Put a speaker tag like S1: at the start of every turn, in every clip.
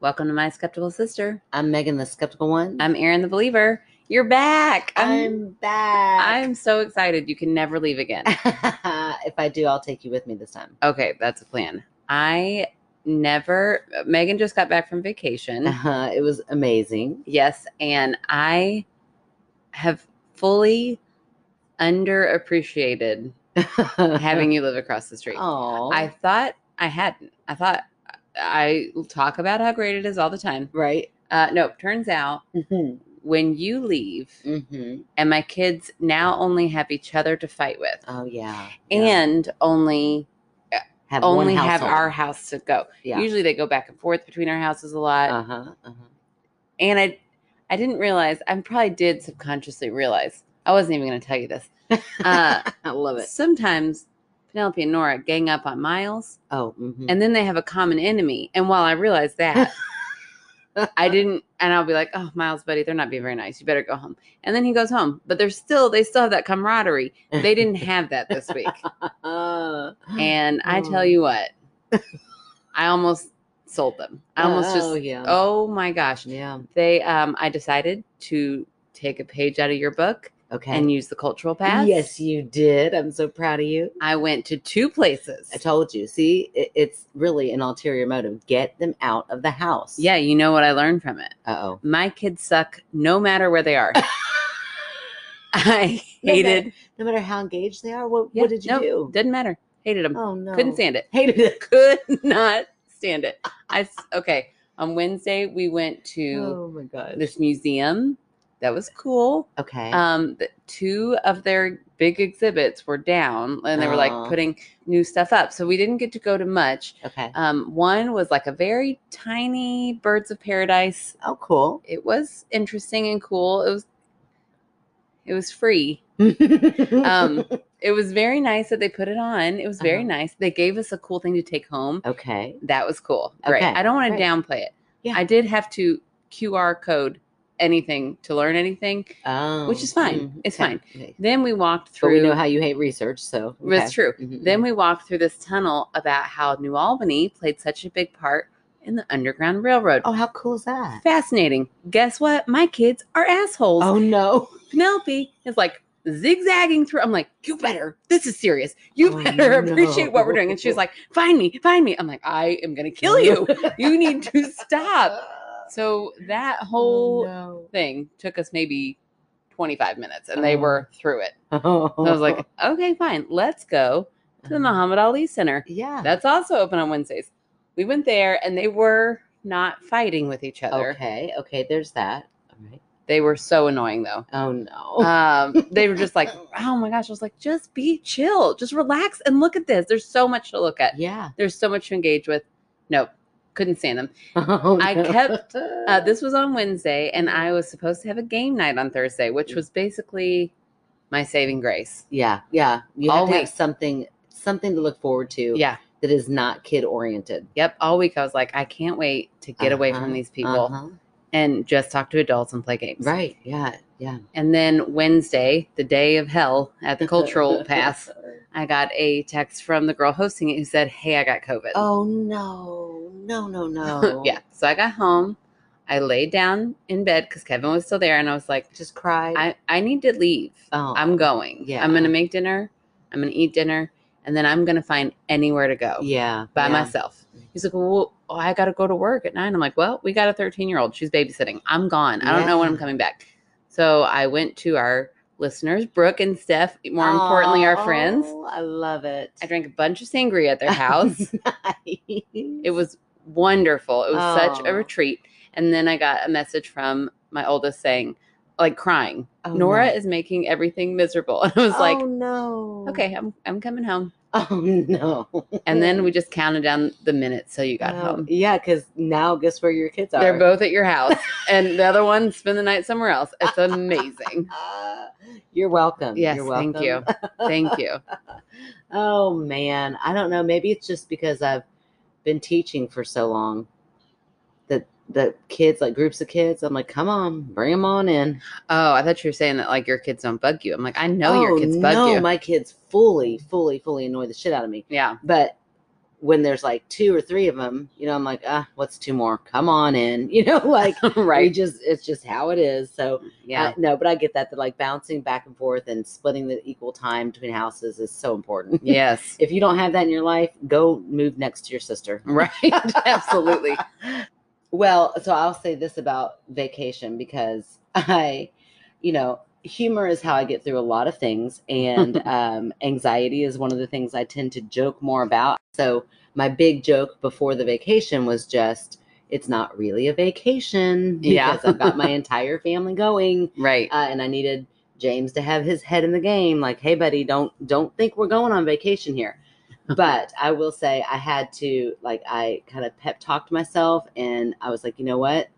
S1: Welcome to My Skeptical Sister.
S2: I'm Megan, the skeptical one.
S1: I'm Aaron the Believer. You're back.
S2: I'm back.
S1: I'm so excited. You can never leave again.
S2: if I do, I'll take you with me this time.
S1: Okay, that's a plan. I never Megan just got back from vacation.
S2: Uh, it was amazing.
S1: Yes, and I have fully underappreciated having you live across the street.
S2: oh,
S1: I thought I hadn't. I thought I talk about how great it is all the time.
S2: right.
S1: Uh, no, turns out
S2: Mm-hmm.
S1: when you leave,
S2: Mm-hmm.
S1: and my kids now only have each other to fight with,
S2: Oh yeah. Yeah.
S1: and only
S2: have one
S1: only have
S2: household.
S1: our house to go.
S2: yeah.
S1: Usually they go back and forth between our houses a lot,
S2: Uh huh. Uh-huh.
S1: and I I didn't realize. I probably did subconsciously realize. I wasn't even going to tell you this. Uh,
S2: I love it.
S1: sometimes Penelope and Nora gang up on Miles.
S2: Oh, mm-hmm.
S1: and then they have a common enemy. And while I realized that, I didn't, and I'll be like, "Oh, Miles, buddy, they're not being very nice. You better go home." And then he goes home, but they're still they still have that camaraderie. They didn't have that this week,
S2: Uh,
S1: and I
S2: Oh.
S1: tell you what, I almost sold them. I almost
S2: oh,
S1: just,
S2: yeah.
S1: oh my gosh,
S2: yeah.
S1: they. Um, I decided to take a page out of your book
S2: Okay.
S1: and use the cultural pass.
S2: Yes, you did. I'm so proud of you.
S1: I went to two places.
S2: I told you. See, it, it's really an ulterior motive. Get them out of the house.
S1: yeah, you know what I learned from it.
S2: Uh oh.
S1: my kids suck no matter where they are. I hated,
S2: No matter how engaged they are, what,
S1: Yeah,
S2: what did you
S1: no,
S2: do?
S1: didn't matter. Hated them.
S2: Oh no.
S1: Couldn't stand it.
S2: Hated it.
S1: Could not stand it. I s- okay. On Wednesday, we went to
S2: Oh my god.
S1: this museum. That was cool.
S2: okay.
S1: Um, the, two of their big exhibits were down, and they were like
S2: Aw.
S1: putting new stuff up. So we didn't get to go to much.
S2: okay.
S1: Um, one was like a very tiny Birds of Paradise
S2: oh cool.
S1: it was interesting and cool. It was it was free.
S2: um
S1: Um it was very nice that they put it on. It was very
S2: Uh-huh.
S1: nice. They gave us a cool thing to take home.
S2: Okay.
S1: That was cool. Great.
S2: Okay,
S1: I don't want to
S2: great.
S1: downplay it.
S2: Yeah.
S1: I did have to QR code anything to learn anything.
S2: Oh.
S1: is fine.
S2: mm,
S1: It's
S2: okay,
S1: fine.
S2: okay.
S1: Then we walked
S2: But
S1: through
S2: we know how you hate research, so
S1: that's true.
S2: Mhm,
S1: Then we walked through this tunnel about how New Albany played such a big part in the Underground Railroad.
S2: Oh, how cool is that?
S1: Fascinating. Guess what? My kids are assholes.
S2: Oh no.
S1: Penelope is like zigzagging through. I'm like, you better. This is serious. You
S2: Oh,
S1: better appreciate what we're doing. And she's
S2: no.
S1: like, find me, find me. I'm like, I am gonna kill you. You need to stop. So that whole
S2: Oh,
S1: thing took us maybe 25 minutes, and they
S2: Oh.
S1: were through it.
S2: no.
S1: So I was like, okay, fine, let's go to the Muhammad Ali Center.
S2: Uh-huh. Yeah.
S1: That's also open on Wednesdays. We went there, and they were not fighting with each other.
S2: okay. Okay, there's that. All right.
S1: They were so annoying, though.
S2: Oh no.
S1: um, they were just like, oh my gosh. I was like, just be chill, just relax and look at this. There's so much to look at.
S2: yeah.
S1: There's so much to engage with. Nope, couldn't stand them.
S2: Oh,
S1: I kept- Uh,
S2: uh,
S1: this was on Wednesday, and I was supposed to have a game night on Thursday, which was basically my saving grace.
S2: Yeah, yeah. You
S1: all
S2: have to have
S1: week.
S2: something something to look forward to
S1: Yeah.
S2: that is not kid oriented.
S1: Yep. All week I was like, I can't wait to get away
S2: Uh-huh,
S1: from these people
S2: Uh-huh.
S1: and just talk to adults and play games.
S2: Right. Yeah. Yeah.
S1: And then Wednesday, the day of hell at the cultural pass, I got a text from the girl hosting it who said, Hey, I got COVID.
S2: Oh no. No, no, no.
S1: yeah. So I got home. I laid down in bed because Kevin was still there, and I was like,
S2: Just cried.
S1: I, I need to leave.
S2: oh.
S1: I'm going.
S2: yeah.
S1: I'm going to make dinner. I'm going to eat dinner. And then I'm going to find anywhere to go
S2: Yeah.
S1: by
S2: yeah.
S1: myself. He's like, well, oh, I got to go to work at nine. I'm like, well, we got a 13 year old. She's babysitting. I'm gone. I don't know when I'm
S2: Yeah.
S1: coming back. So I went to our listeners, Brooke and Steph, more importantly, our friends.
S2: Oh, I love it.
S1: I drank a bunch of sangria at their house. It
S2: it
S1: was wonderful. It was such
S2: Oh.
S1: a retreat. And then I got a message from my oldest saying, like crying,
S2: oh,
S1: Nora
S2: no.
S1: is making everything miserable. And I was
S2: Oh,
S1: like,
S2: no.
S1: okay, I'm, I'm coming home.
S2: Oh no.
S1: And then we just counted down the minutes till you got
S2: Oh,
S1: home.
S2: Yeah, because now guess where your kids are.
S1: They're both at your house, and the other one spent the night somewhere else. It's amazing.
S2: Ah, you're welcome.
S1: yes,
S2: You're welcome.
S1: thank you. Thank you.
S2: Oh man, I don't know. Maybe it's just because I've been teaching for so long that the kids, like groups of kids, I'm like, come on, bring them on in.
S1: Oh, I thought you were saying that like your kids don't bug you. I'm like, I know Oh, your kids bug
S2: Oh, no,
S1: you.
S2: my kids fully, fully, fully annoy the shit out of me.
S1: yeah.
S2: But when there's like two or three of them, you know, I'm like, ah, what's two more? Come on in, you know, like right.
S1: right.
S2: just it's just how it is. So
S1: Yeah.
S2: I- no, but I get that that like bouncing back and forth and splitting the equal time between houses is so important.
S1: yes.
S2: If you don't have that in your life, go move next to your sister.
S1: Right. Absolutely.
S2: Well, so I'll say this about vacation because I, you know, humor is how I get through a lot of things, and um, anxiety is one of the things I tend to joke more about. So my big joke before the vacation was just, it's not really a vacation because
S1: Yeah.
S2: I've got my entire family going,
S1: Right.
S2: uh, and I needed James to have his head in the game. Like, hey, buddy, don't don't think we're going on vacation here. But I will say, I had to like I kind of pep talked myself, and I was like, you know what,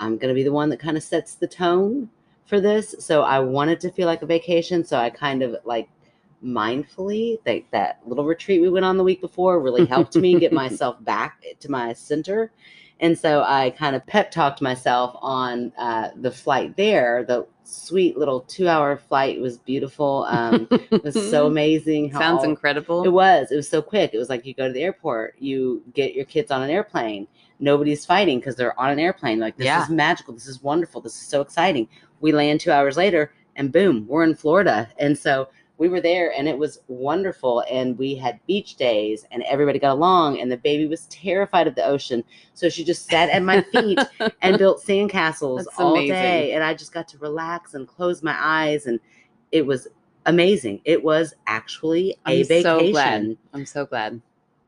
S2: I'm gonna be the one that kind of sets the tone for this. So I wanted to feel like a vacation. So I kind of like mindfully that that little retreat we went on the week before really helped me get myself back to my center. And so I kind of pep talked myself on uh, the flight there. The sweet little two hour flight was beautiful. Um, it was so amazing. how
S1: Sounds
S2: all-
S1: incredible.
S2: it was. It was so quick. It was like you go to the airport, you get your kids on an airplane. Nobody's fighting because they're on an airplane. Like this
S1: Yeah.
S2: is magical. This is wonderful. This is so exciting. We land two hours later, and boom, we're in Florida. And so we were there, and it was wonderful. And we had beach days, and everybody got along. And the baby was terrified of the ocean, so she just sat at my feet and built sandcastles
S1: That's
S2: all
S1: amazing.
S2: day. And I just got to relax and close my eyes, and it was amazing. It was actually a
S1: I'm
S2: vacation
S1: so glad. I'm so glad.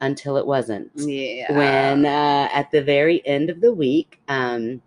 S2: until it wasn't.
S1: Yeah.
S2: When uh, at the very end of the week, um,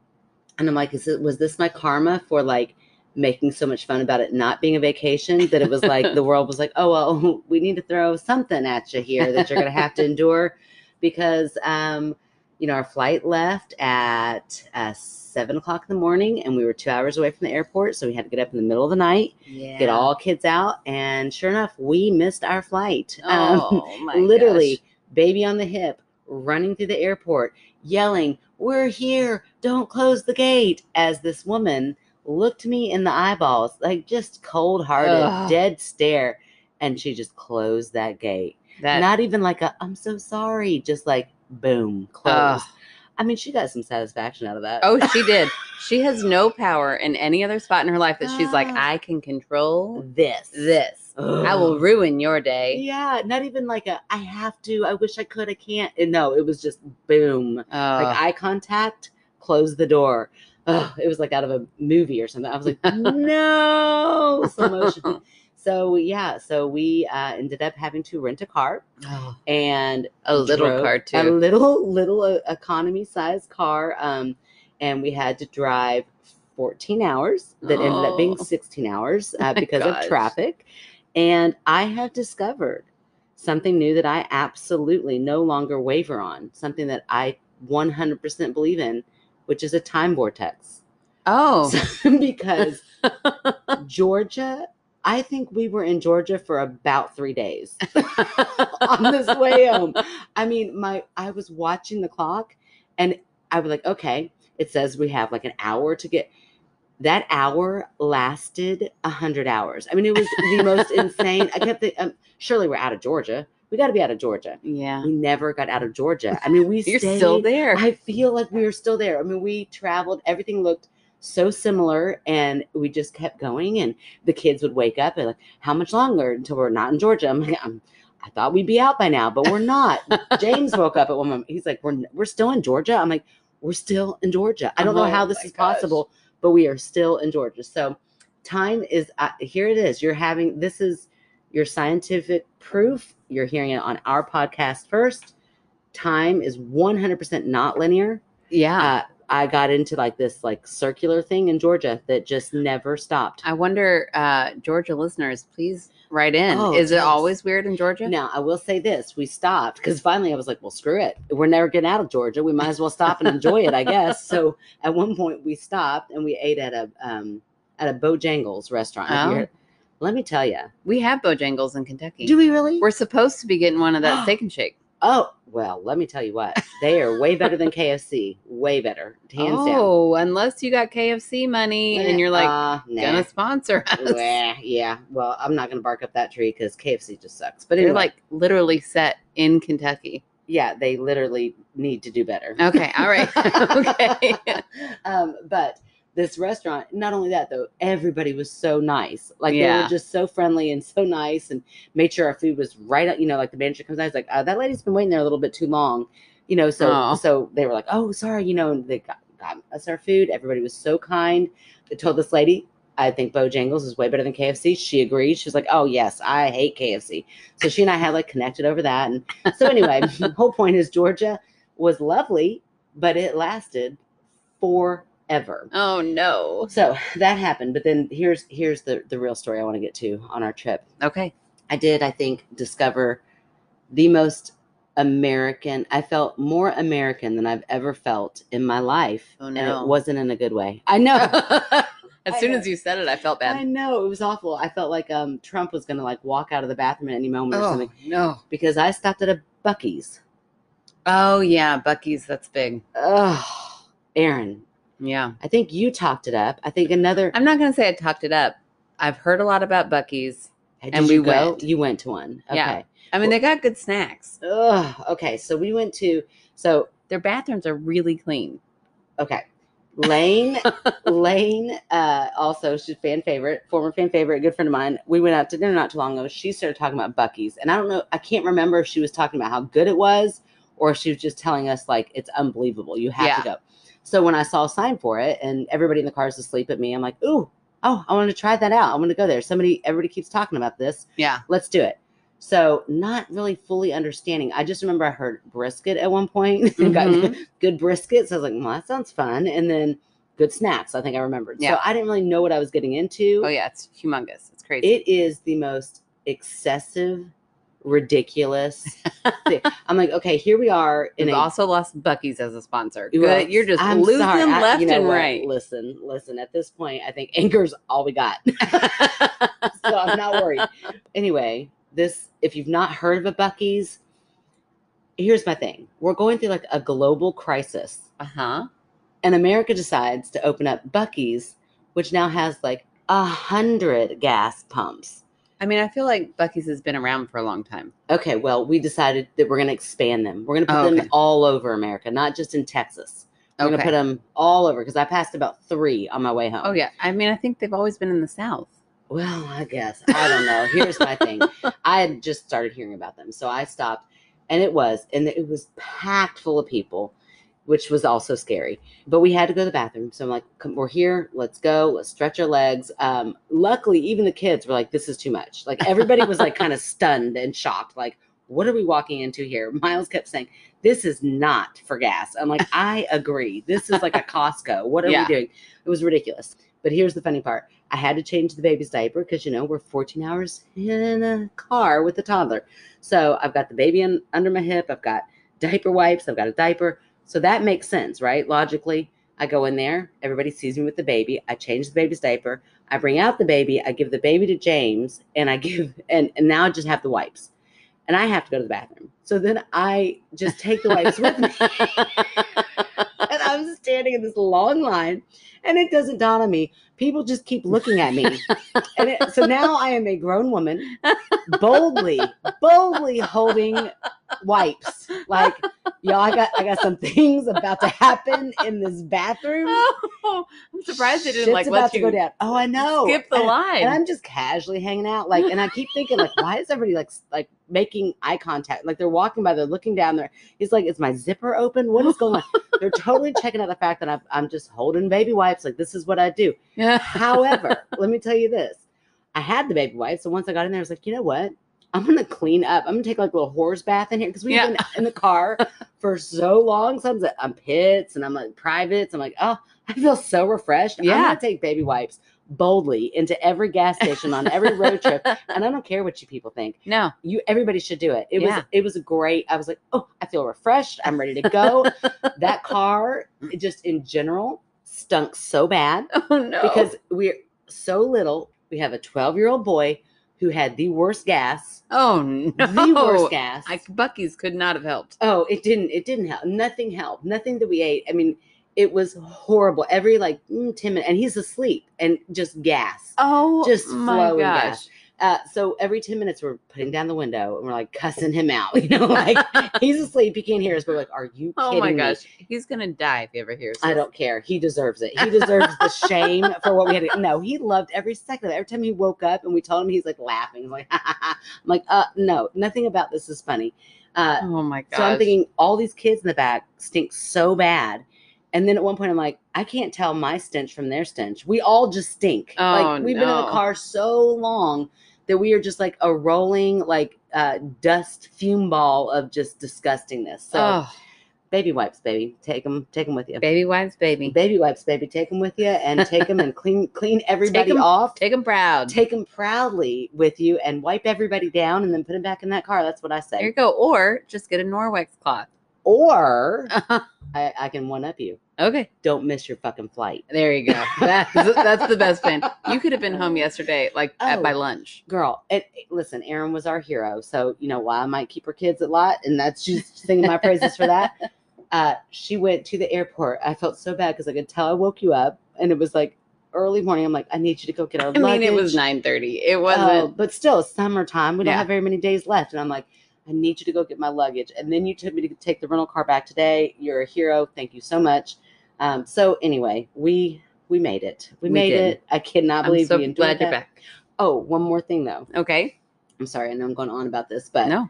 S2: and I'm like, is it was this my karma for like making so much fun about it not being a vacation that it was like the world was like, oh well, we need to throw something at you here that you're gonna have to endure because um, you know our flight left at uh, seven o'clock in the morning and we were two hours away from the airport, so we had to get up in the middle of the night,
S1: yeah.
S2: get all kids out, and sure enough, we missed our flight. Um,
S1: Oh my
S2: literally
S1: gosh.
S2: baby on the hip running through the airport yelling we're here don't close the gate as this woman looked me in the eyeballs like just cold-hearted
S1: Ugh.
S2: dead stare and she just closed that gate
S1: that
S2: not even like a i'm so sorry just like boom closed
S1: Ugh.
S2: i mean she got some satisfaction out of that
S1: Oh, she did. She has no power in any other spot in her life that she's like,
S2: Ah.
S1: I can control
S2: this
S1: this. I will ruin your day.
S2: yeah not even like a i have to i wish i could i can't and no it was just boom like
S1: Oh,
S2: eye contact, close the door. Ugh, it was like out of a movie or something. I was like, no, slow motion. So yeah, so we uh, ended up having to rent a car
S1: Oh,
S2: and
S1: a little
S2: drove a
S1: cartoon.
S2: little little uh, economy size car, um, and we had to drive 14 hours that ended up being
S1: Oh.
S2: 16 hours uh, because
S1: gosh.
S2: of traffic. And I have discovered something new that I absolutely no longer waver on, something that I 100% believe in, which is a time vortex.
S1: oh,
S2: So- because Georgia, I think we were in Georgia for about three days on this way home. I mean, my I was watching the clock and I was like, okay, it says we have like an hour to get that hour lasted a hundred hours. I mean, it was the most insane. I kept thinking, um, surely we're out of Georgia. We got to be out of Georgia.
S1: yeah.
S2: We never got out of Georgia. I mean, we
S1: You're
S2: stayed,
S1: still there.
S2: I feel like we were still there. I mean, we traveled, everything looked so similar, and we just kept going. And the kids would wake up and, like, how much longer until we're not in Georgia? I'm like, I'm, I thought we'd be out by now, but we're not. James woke up at one moment. He's like, we're, we're still in Georgia. I'm like, we're still in Georgia. I don't
S1: Oh
S2: know how this
S1: my
S2: is
S1: gosh.
S2: possible, but we are still in Georgia. So, time is uh, here it is. You're having this is your scientific proof. You're hearing it on our podcast first. Time is 100% not linear.
S1: yeah.
S2: Uh, I got into like this like circular thing in Georgia that just never stopped.
S1: I wonder, uh, Georgia listeners, please write in.
S2: Oh,
S1: Is it
S2: yes.
S1: always weird in Georgia?
S2: Now, I will say this we stopped because finally I was like, well, screw it. We're never getting out of Georgia. We might as well stop and enjoy it, I guess. So at one point we stopped and we ate at a um, at a Bojangles restaurant. Have you
S1: Oh.
S2: heard- Let me tell you.
S1: We have Bojangles in Kentucky.
S2: Do we really?
S1: We're supposed to be getting one of that steak and shake.
S2: Oh, well, let me tell you what. They are way better than KFC. Way better. Hands down.
S1: oh, unless you got KFC money and you're like,
S2: uh, nah.
S1: gonna sponsor us.
S2: Wah, yeah. Well, I'm not going to bark up that tree because KFC just sucks. But
S1: They're
S2: anyway,
S1: like literally set in Kentucky.
S2: yeah, they literally need to do better.
S1: Okay. All right. okay.
S2: um, but this restaurant, not only that though, everybody was so nice. Like they
S1: Yeah.
S2: were just so friendly and so nice and made sure our food was right up, you know, like the manager comes out, he's like, uh, that lady's been waiting there a little bit too long. You know, so
S1: Oh.
S2: so they were like, Oh, sorry, you know, and they got, got us our food. Everybody was so kind. They told this lady, I think Bojangles is way better than KFC. She agreed. She was like, Oh yes, I hate KFC. So she and I had like connected over that. And so anyway, the whole point is Georgia was lovely, but it lasted forever.
S1: Oh no.
S2: So that happened, but then here's here's the the real story I want to get to on our trip.
S1: Okay.
S2: I did, I think, discover the most American. I felt more American than I've ever felt in my life,
S1: Oh,
S2: and
S1: no.
S2: it wasn't in a good way. I know.
S1: as
S2: I
S1: soon
S2: know.
S1: as you said it, I felt
S2: I
S1: bad.
S2: know it was awful. I felt like um, Trump was going to like walk out of the bathroom at any moment
S1: Oh.
S2: or something
S1: no.
S2: because I stopped at a Bucky's.
S1: Oh yeah, Bucky's. That's big.
S2: Oh, Aaron,
S1: Yeah.
S2: I think you topped it up. I think another.
S1: I'm not gonna say I talked it up. I've heard a lot about Bucky's.
S2: Did
S1: and
S2: you
S1: we
S2: go?
S1: went.
S2: You went to one. Okay.
S1: Yeah. I mean, they got good snacks.
S2: Ugh, okay, so we went to so
S1: Their bathrooms are really clean.
S2: okay. Lane Lane uh also she's a fan favorite, former fan favorite, good friend of mine. We went out to dinner not too long ago. She started talking about Bucky's and I don't know I can't remember if she was talking about how good it was or if she was just telling us like it's unbelievable. You have to go. So when I saw a sign for it and everybody in the car is asleep at me, I'm like, ooh, oh, I want to try that out. I want to go there. Somebody everybody keeps talking about this.
S1: Yeah.
S2: Let's do it. So not really fully understanding. I just remember I heard brisket at one point. and got
S1: Mhm.
S2: good brisket. So I was like, well, that sounds fun. And then good snacks, I think I remembered.
S1: Yeah.
S2: So I didn't really know what I was getting into.
S1: Oh yeah, it's humongous. It's crazy.
S2: It is the most excessive, ridiculous thing. I'm like, okay, here we are in
S1: We've
S2: a
S1: also lost Bucky's as a sponsor.
S2: well,
S1: Good. You're just
S2: I'm
S1: losing
S2: sorry. I-
S1: left
S2: you know
S1: and
S2: what?
S1: right.
S2: Listen, listen. At this point, I think anger's all we got, so I'm not worried. Anyway, this if you've not heard of a Bucky's, here's my thing: we're going through like a global crisis,
S1: Uh huh.
S2: and America decides to open up Bucky's, which now has like a hundred gas pumps.
S1: I mean, I feel like Bucky's has been around for a long time.
S2: Okay, well, we decided that we're going to expand them. We're going to put
S1: Oh,
S2: them
S1: okay.
S2: all over America, not just in Texas. We're going to
S1: Okay.
S2: put them all over because I passed about three on my way home.
S1: oh yeah. I mean, I think they've always been in the South.
S2: Well, I guess. I don't know. Here's my thing. I had just started hearing about them. So I stopped and it was, and it was packed full of people, which was also scary. But we had to go to the bathroom. So I'm like, Come, we're here. Let's go. Let's stretch our legs. Um, luckily, even the kids were like, this is too much. Like everybody was like kind of stunned and shocked. Like, what are we walking into here? Miles kept saying, this is not for gas. I'm like, I agree. This is like a Costco. What are
S1: Yeah.
S2: we doing? It was ridiculous. But here's the funny part. I had to change the baby's diaper because you know we're 14 hours in a car with a toddler. So I've got the baby un- under my hip. I've got diaper wipes. I've got a diaper. So that makes sense, right? Logically, I go in there. Everybody sees me with the baby. I change the baby's diaper. I bring out the baby. I give the baby to James, and I give and, and now I just have the wipes, and I have to go to the bathroom. So then I just take the wipes with me and I'm standing in this long line, and it doesn't dawn on me. People just keep looking at me, and it, so now I am a grown woman, boldly, boldly holding wipes. Like, y'all, I got, I got some things about to happen in this bathroom.
S1: oh, I'm surprised they didn't
S2: Shit's
S1: like
S2: about
S1: let
S2: to go
S1: you
S2: down. Oh, I know.
S1: skip the
S2: And-
S1: line.
S2: and I'm just casually hanging out, like, and I keep thinking, like, why is everybody like, s- like making eye contact? Like they're walking by, they're looking down there. He's like, is my zipper open? What is going on? They're totally checking out the fact that I'm, I'm just holding baby wipes. Like this is what I do.
S1: yeah.
S2: However, let me tell you this: I had the baby wipes, so once I got in there, I was like, you know what? I'm gonna clean up. I'm gonna take like a little horse bath in here because we've
S1: Yeah.
S2: been in the car for so long. So I'm, like, I'm pits and I'm like privates. I'm like, oh, I feel so refreshed. I'm
S1: Yeah.
S2: gonna take baby wipes boldly into every gas station on every road trip. And I don't care what you people think.
S1: No.
S2: You everybody should do it. It
S1: Yeah.
S2: was it was great. I was like, oh, I feel refreshed. I'm ready to go. that car, it just in general, stunk so bad
S1: Oh no.
S2: because we're so little. We have a 12 year old boy who had the worst gas,
S1: oh no.
S2: the worst gas.
S1: I, Bucky's could not have helped.
S2: oh, it didn't. It didn't help. Nothing helped. Nothing that we ate. I mean, it was horrible. Every like mm, 10 minutes, and he's asleep and just gas.
S1: Oh
S2: Just
S1: my
S2: flowing
S1: gosh.
S2: gas. Uh, so every 10 minutes, we're putting down the window and we're like cussing him out. You know, like he's asleep. He can't hear us. But we're like, are you kidding
S1: Oh my
S2: me?
S1: gosh, he's gonna die if he ever hears.
S2: I
S1: this.
S2: don't care. He deserves it. He deserves the shame for what we had. To, no, he loved every second of it. Every time he woke up and we told him, he's like laughing. He's like, I'm like, uh, no, nothing about this is funny. Uh,
S1: Oh my gosh.
S2: so I'm thinking all these kids in the back stink so bad. And then at one point, I'm like, I can't tell my stench from their stench. We all just stink.
S1: Oh,
S2: like we've been in
S1: no.
S2: the car so long that we are just like a rolling like uh, dust fume ball of just disgustingness. So
S1: oh,
S2: baby wipes, baby, take them, take them with you.
S1: baby wipes, baby.
S2: Baby wipes, baby, take them with you and take them and clean clean everybody
S1: 'em-
S2: off.
S1: Take him proud.
S2: Take them proudly with you and wipe everybody down and then put them back in that car. That's what I
S1: there you
S2: say.
S1: go. Or just get a Norwex cloth.
S2: Or I, I can one up you.
S1: okay.
S2: Don't miss your fucking flight.
S1: There you go. That's that's the best plan. You could have been home yesterday, like at, by
S2: Oh.
S1: lunch.
S2: Girl, it, it- listen, Erin was our hero. So, you know why I might keep her kids a lot. And that's she's singing my praises for that. Uh, she went to the airport. I felt so bad because I could tell I woke you up and it was like early morning. I'm like, I need you to go get our
S1: I mean, it was
S2: luggage.
S1: nine thirty. It
S2: Oh,
S1: wasn't.
S2: but still, it's summertime. We don't
S1: Yeah.
S2: have very many days left. And I'm like, I need you to go get my luggage. And then you took me to take the rental car back today. You're a hero. Thank you so much. Um, so anyway, we we made it. We,
S1: We
S2: made
S1: did.
S2: it. I cannot
S1: I'm
S2: believe
S1: so
S2: we endured
S1: glad
S2: that.
S1: you're back.
S2: Oh, one more thing though.
S1: Okay.
S2: I'm sorry, I know I'm going on about this, but
S1: No.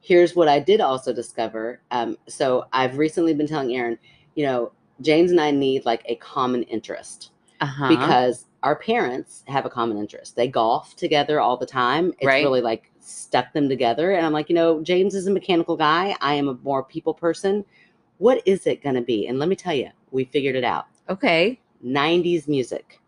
S2: here's what I did also discover. Um, so I've recently been telling Aaron, you know, James and I need like a common interest
S1: Uh
S2: Uh-huh.
S1: huh.
S2: because our parents have a common interest. They golf together all the time. It's
S1: Right.
S2: really like stuck them together. And I'm like, you know, James is a mechanical guy. I am a more people person. What is it going to be? And let me tell you, we figured it out.
S1: okay.
S2: 90s music.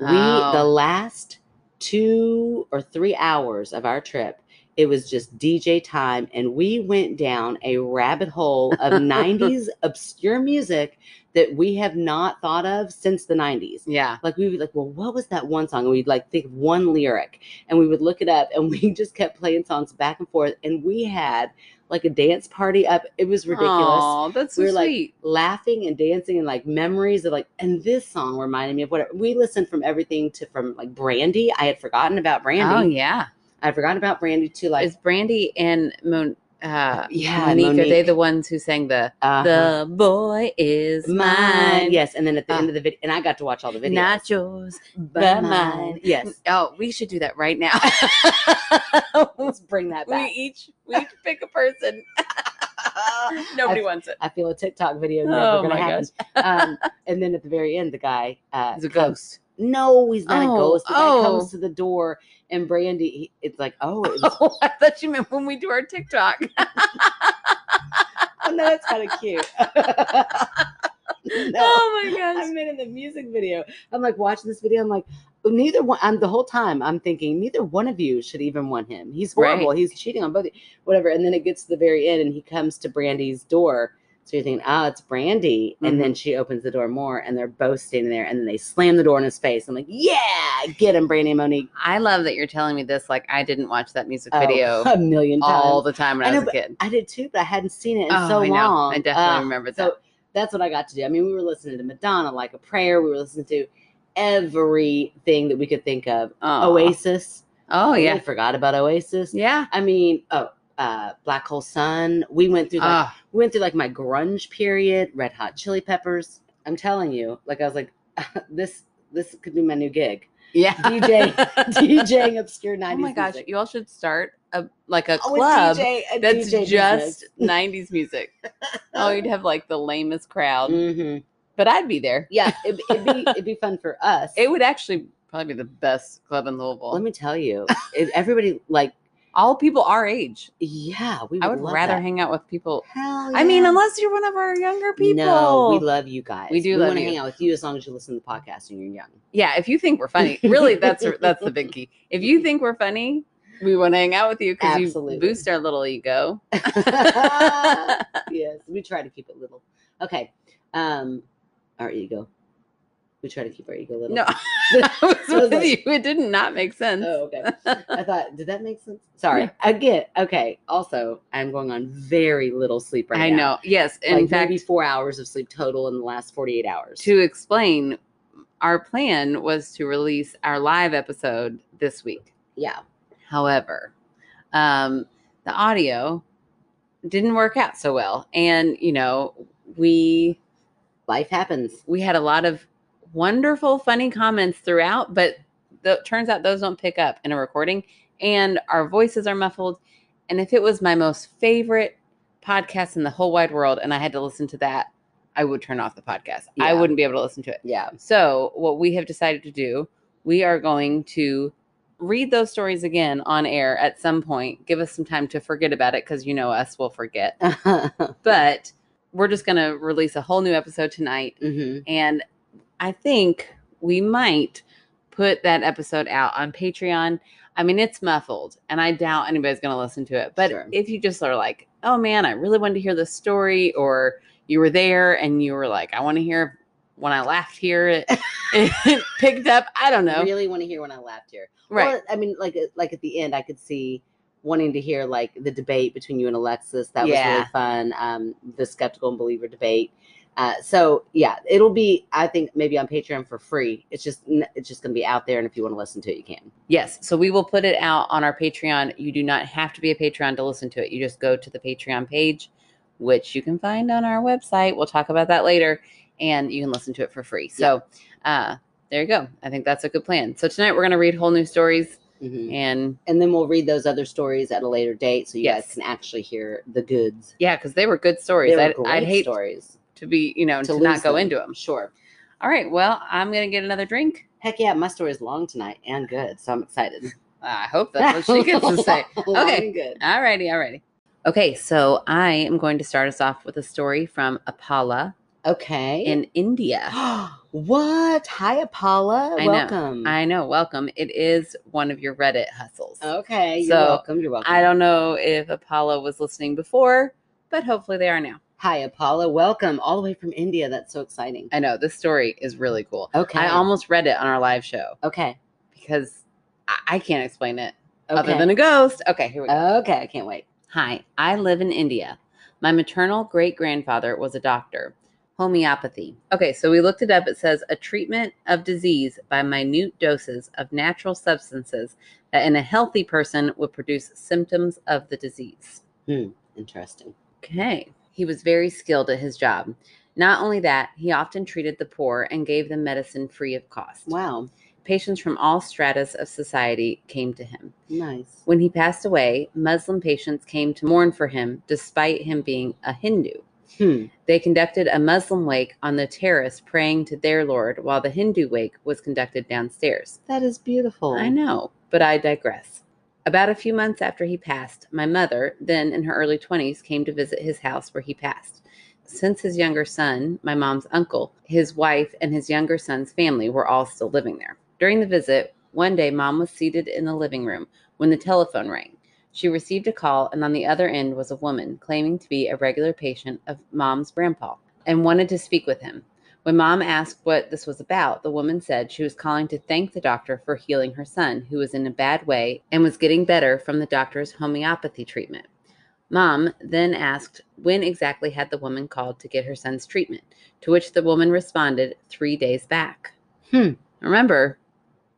S2: We the
S1: Oh.
S2: last two or three hours of our trip, it was just DJ time, and we went down a rabbit hole of 90s obscure music that we have not thought of since the 90s.
S1: Yeah.
S2: Like we would be like, well, what was that one song? And we'd like think of one lyric, and we would look it up, and we just kept playing songs back and forth, and we had like a dance party up. It was ridiculous
S1: Aw, that's so
S2: We were like-
S1: sweet.
S2: laughing and dancing and like memories of like and this song reminded me of whatever we listened from everything to from like brandy i had forgotten about brandy
S1: Oh yeah.
S2: i had forgotten about brandy to like
S1: Is Brandy and Mon- uh,
S2: yeah
S1: Monique, Are they
S2: Monique.
S1: the ones who sang the
S2: Uh-huh.
S1: "The Boy Is Mine"?
S2: yes and then at the
S1: Uh,
S2: end of the video and i got to watch all the videos
S1: Not yours,
S2: but,
S1: but
S2: mine.
S1: mine.
S2: yes
S1: Oh, we should do that right now.
S2: let's bring that
S1: we
S2: back
S1: each we each pick a person. Nobody wants it.
S2: i feel a tiktok video never
S1: Oh
S2: gonna
S1: my
S2: happen um and then at the very end the guy uh
S1: He's a
S2: comes-
S1: ghost.
S2: no he's not
S1: Oh,
S2: a ghost the guy
S1: oh.
S2: comes to the door and brandy he, it's like oh it was
S1: Oh, I thought you meant when we do our TikTok.
S2: oh no, that's kind of cute. no,
S1: Oh my
S2: I
S1: gosh.
S2: meant in the music video. I'm like watching this video. I'm like, neither one. I'm the whole time. I'm thinking neither one of you should even want him. He's horrible.
S1: Right.
S2: He's cheating on both. of you," Whatever. And then it gets to the very end, and he comes to Brandy's door. So you're thinking, ah, it's Brandy. And
S1: Mm-hmm.
S2: then she opens the door more, and they're both standing there. And then they slam the door in his face. I'm like, yeah, get him, Brandy and Monique.
S1: I love that you're telling me this. Like I didn't watch that music
S2: Oh,
S1: video
S2: a million times.
S1: all the time when I,
S2: I know,
S1: was a kid.
S2: I did too, but I hadn't seen it in
S1: oh,
S2: so
S1: I know.
S2: long.
S1: I definitely
S2: Ah,
S1: remember that.
S2: so that's what I got to do. I mean, we were listening to Madonna, like a prayer. We were listening to everything that we could think of.
S1: Aw.
S2: Oasis.
S1: Oh
S2: Totally
S1: yeah.
S2: forgot about Oasis.
S1: Yeah.
S2: I mean, oh, uh, Black Hole Sun. We went through like,
S1: Ah,
S2: we went through like my grunge period. Red Hot Chili Peppers. I'm telling you, like I was like, this this could be my new gig.
S1: yeah.
S2: DJ DJing obscure 90s.
S1: Oh my gosh,
S2: music.
S1: you all should start a like a
S2: Oh, a
S1: club
S2: DJ, a
S1: that's
S2: DJ
S1: just 90s music. Oh, you'd have like the lamest crowd,
S2: hmm
S1: but I'd be there.
S2: Yeah, it'd, it'd be it'd be fun for us.
S1: It would actually probably be the best club in Louisville.
S2: Let me tell you, if everybody like,
S1: all people our age.
S2: yeah, we would
S1: I would
S2: love
S1: rather
S2: that.
S1: hang out with people.
S2: Hell
S1: I mean,
S2: yeah.
S1: unless you're one of our younger people.
S2: No, we love you guys.
S1: We do love
S2: want to
S1: you.
S2: hang out with you as long as you listen to the podcast and you're young.
S1: yeah, if you think we're funny, really, that's that's the big key. If you think we're funny, we want to hang out with you because you
S2: Absolutely.
S1: boost our little ego.
S2: yes, we try to keep it little. Okay, um, our ego. We try to keep our ego little.
S1: No, I was
S2: was
S1: with
S2: like-
S1: you. It did not make sense.
S2: Oh, okay. I thought, did that make sense? Sorry. Again, okay. Also, I'm going on very little sleep right
S1: I
S2: now.
S1: know. Yes. In
S2: like
S1: fact,
S2: maybe four hours of sleep total in the last 48 hours.
S1: to explain, our plan was to release our live episode this week.
S2: yeah.
S1: However, um, the audio didn't work out so well, and you know we
S2: Life happens.
S1: we had a lot of wonderful, funny comments throughout, but the, turns out those don't pick up in a recording, and our voices are muffled. And if it was my most favorite podcast in the whole wide world, and I had to listen to that, I would turn off the podcast. I
S2: Yeah.
S1: wouldn't be able to listen to it.
S2: Yeah.
S1: So, what we have decided to do, we are going to read those stories again on air at some point. Give us some time to forget about it because you know us, we'll forget.
S2: mm-hmm.
S1: But we're just going to release a whole new episode tonight. And I think we might put that episode out on Patreon. I mean, it's muffled and I doubt anybody's going to listen to it. But
S2: Sure.
S1: if you just are like, oh man, I really wanted to hear this story, or you were there and you were like, I want to hear when I laughed here, it, it picked up. I don't know.
S2: Really want to hear when I laughed here.
S1: Right.
S2: Well, I mean, like uh, like at the end, I could see wanting to hear like the debate between you and Alexis. That was
S1: Yeah.
S2: really fun. Um, the skeptical and believer debate. Uh, so yeah, it'll be I think maybe on Patreon for free. It's just n- it's just gonna be out there, and if you want to listen to it, you can.
S1: Yes. So we will put it out on our Patreon. You do not have to be a Patreon to listen to it. You just go to the Patreon page, which you can find on our website. We'll talk about that later. And you can listen to it for free. So uh, there you go. I think that's a good plan. So tonight we're going to read whole new stories.
S2: Mhm.
S1: And
S2: And then we'll read those other stories at a later date, so you
S1: Yes.
S2: guys can actually hear the goods.
S1: yeah, because they were good stories.
S2: They were
S1: I'd,
S2: great
S1: I'd hate
S2: stories
S1: to be, you know, to, not
S2: lose
S1: go
S2: them.
S1: into them.
S2: Sure.
S1: All right. Well, I'm going to get another drink.
S2: Heck yeah, my story's long tonight and good, so I'm excited.
S1: I hope that's what she gets to say.
S2: Long
S1: Okay.
S2: and good.
S1: Alrighty, alrighty. Okay, so I am going to start us off with a story from Apala
S2: Okay.
S1: in India.
S2: what? Hi, Apollo.
S1: I know.
S2: welcome.
S1: I know, welcome. It is one of your Reddit hustles.
S2: Okay, you're
S1: So,
S2: welcome. You're welcome.
S1: I don't know if Apollo was listening before, but hopefully they are now.
S2: Hi, Apollo. Welcome all the way from India. That's so exciting.
S1: I know this story is really cool.
S2: Okay.
S1: I almost read it on our live show
S2: okay.
S1: because I, I can't explain it
S2: Okay.
S1: other than a ghost. Okay, here we go.
S2: okay. I can't wait.
S1: Hi, I live in India. My maternal great grandfather was a doctor. Homeopathy. Okay, so we looked it up. It says a treatment of disease by minute doses of natural substances that in a healthy person would produce symptoms of the disease.
S2: Interesting.
S1: Okay. He was very skilled at his job. Not only that, he often treated the poor and gave them medicine free of cost.
S2: Wow.
S1: Patients from all stratas of society came to him.
S2: Nice.
S1: When he passed away, Muslim patients came to mourn for him despite him being a Hindu.
S2: Hmm.
S1: They conducted a Muslim wake on the terrace praying to their Lord, while the Hindu wake was conducted downstairs.
S2: That is beautiful.
S1: I know, but I digress. About a few months after he passed, my mother, then in her early 20s, came to visit his house where he passed. Since his younger son, my mom's uncle, his wife, and his younger son's family were all still living there. During the visit, one day mom was seated in the living room when the telephone rang. She received a call, and on the other end was a woman claiming to be a regular patient of mom's grandpa and wanted to speak with him. When mom asked what this was about, the woman said she was calling to thank the doctor for healing her son, who was in a bad way and was getting better from the doctor's homeopathy treatment. Mom then asked when exactly had the woman called to get her son's treatment, to which the woman responded three days back.
S2: Hmm.
S1: Remember,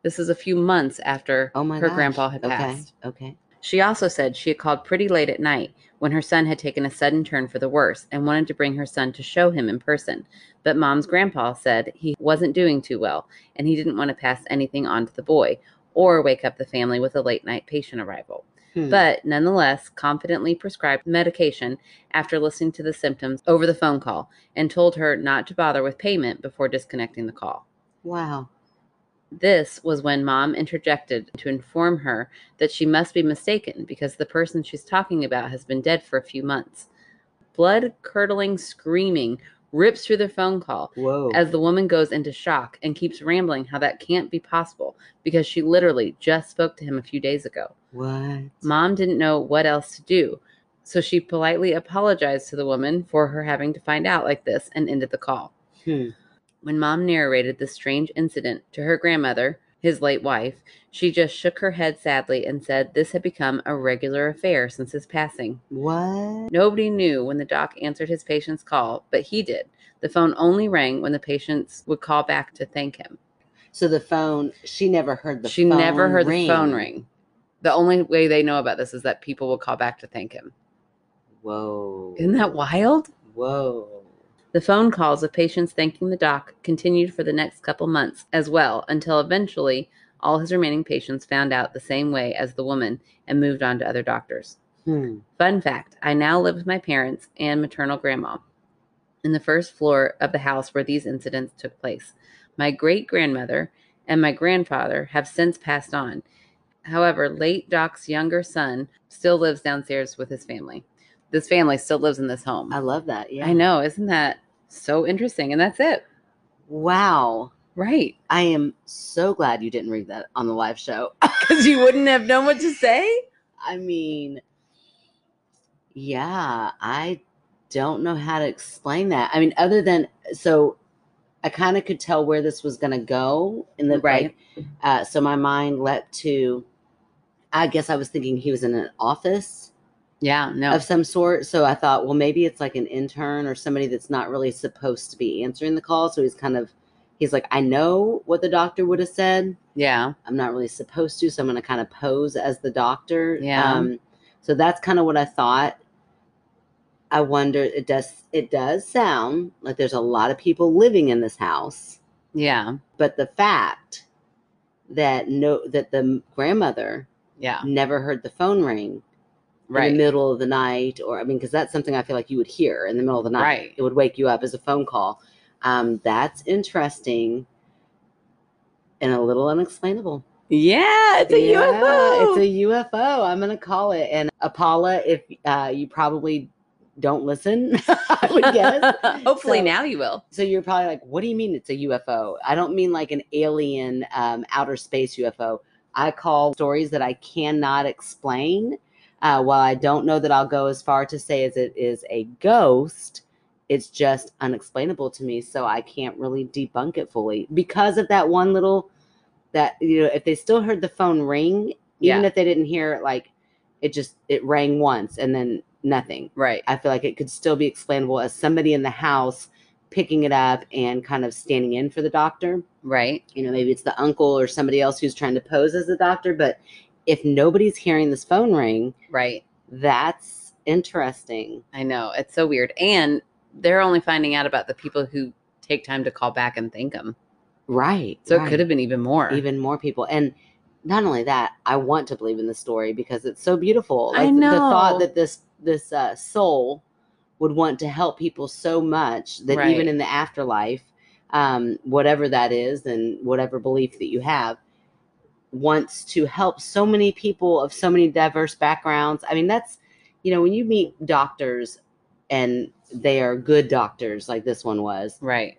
S1: this is a few months after
S2: Oh my
S1: her
S2: gosh.
S1: grandpa had
S2: okay.
S1: passed.
S2: Okay.
S1: She also said she had called pretty late at night when her son had taken a sudden turn for the worse and wanted to bring her son to show him in person. But mom's grandpa said he wasn't doing too well and he didn't want to pass anything on to the boy or wake up the family with a late night patient arrival.
S2: Hmm.
S1: But nonetheless, confidently prescribed medication after listening to the symptoms over the phone call and told her not to bother with payment before disconnecting the call.
S2: wow.
S1: This was when mom interjected to inform her that she must be mistaken because the person she's talking about has been dead for a few months. Blood curdling screaming rips through the phone call
S2: Whoa.
S1: as the woman goes into shock and keeps rambling how that can't be possible because she literally just spoke to him a few days ago.
S2: what?
S1: Mom didn't know what else to do, so she politely apologized to the woman for her having to find out like this and ended the call
S2: Hmm.
S1: when mom narrated this strange incident to her grandmother, his late wife, she just shook her head sadly and said this had become a regular affair since his passing.
S2: What?
S1: Nobody knew when the doc answered his patient's call, but he did. The phone only rang when the patients would call back to thank him.
S2: So the phone. She never heard the.
S1: she never
S2: phone
S1: heard
S2: ring.
S1: the phone ring. The only way they know about this is that people will call back to thank him.
S2: Whoa.
S1: Isn't that wild?
S2: Whoa.
S1: The phone calls of patients thanking the doc continued for the next couple months as well, until eventually all his remaining patients found out the same way as the woman and moved on to other doctors.
S2: Hmm.
S1: Fun fact I now live with my parents and maternal grandma in the first floor of the house where these incidents took place. My great grandmother and my grandfather have since passed on. However, late Doc's younger son still lives downstairs with his family. This family still lives in this home.
S2: I love that. Yeah.
S1: I know, isn't that so interesting? And that's it,
S2: Wow.
S1: right?
S2: I am so glad you didn't read that on the live show.
S1: Because you wouldn't have known what to say.
S2: I mean, yeah, I don't know how to explain that. I mean, other than so, I kind of could tell where this was going to go, in the
S1: Right.
S2: like, uh, so my mind leapt to. I guess I was thinking he was in an office
S1: Yeah, no,
S2: of some sort, so I thought, well, maybe it's like an intern or somebody that's not really supposed to be answering the call. So he's kind of, he's like, I know what the doctor would have said,
S1: yeah,
S2: I'm not really supposed to, so I'm going to kind of pose as the doctor.
S1: Yeah.
S2: Um, so that's kind of what I thought. I wonder. It does. It does sound like there's a lot of people living in this house,
S1: yeah,
S2: but the fact that no, that the grandmother
S1: yeah,
S2: never heard the phone ring in
S1: right,
S2: the middle of the night, or I mean, because that's something I feel like you would hear in the middle of the night.
S1: Right.
S2: It would wake you up as a phone call. Um, that's interesting and a little unexplainable.
S1: yeah. It's a
S2: Yeah,
S1: UFO.
S2: It's a UFO. I'm gonna call it. And Apollo, if uh, you probably don't listen, I would guess.
S1: Hopefully
S2: So-
S1: now you will.
S2: So you're probably like, "What do you mean it's a UFO?" I don't mean like an alien um, outer space UFO. I call stories that I cannot explain. Uh, while I don't know that I'll go as far to say as it is a ghost, it's just unexplainable to me. So I can't really debunk it fully because of that one little that you know. If they still heard the phone ring,
S1: Yeah.
S2: even if they didn't hear it, like it just it rang once and then nothing.
S1: Right.
S2: I feel like it could still be explainable as somebody in the house picking it up and kind of standing in for the doctor.
S1: Right.
S2: You know, maybe it's the uncle or somebody else who's trying to pose as the doctor. But if nobody's hearing this phone ring,
S1: Right.
S2: that's interesting.
S1: I know. It's so weird. And they're only finding out about the people who take time to call back and thank them.
S2: Right.
S1: So it
S2: right.
S1: could have been even more.
S2: even more people. And not only that, I want to believe in the story because it's so beautiful.
S1: I
S2: th- The
S1: know.
S2: thought that this this uh, soul would want to help people so much that
S1: Right.
S2: even in the afterlife, um, whatever that is, and whatever belief that you have, wants to help so many people of so many diverse backgrounds. I mean, that's you know when you meet doctors and they are good doctors like this one was
S1: right.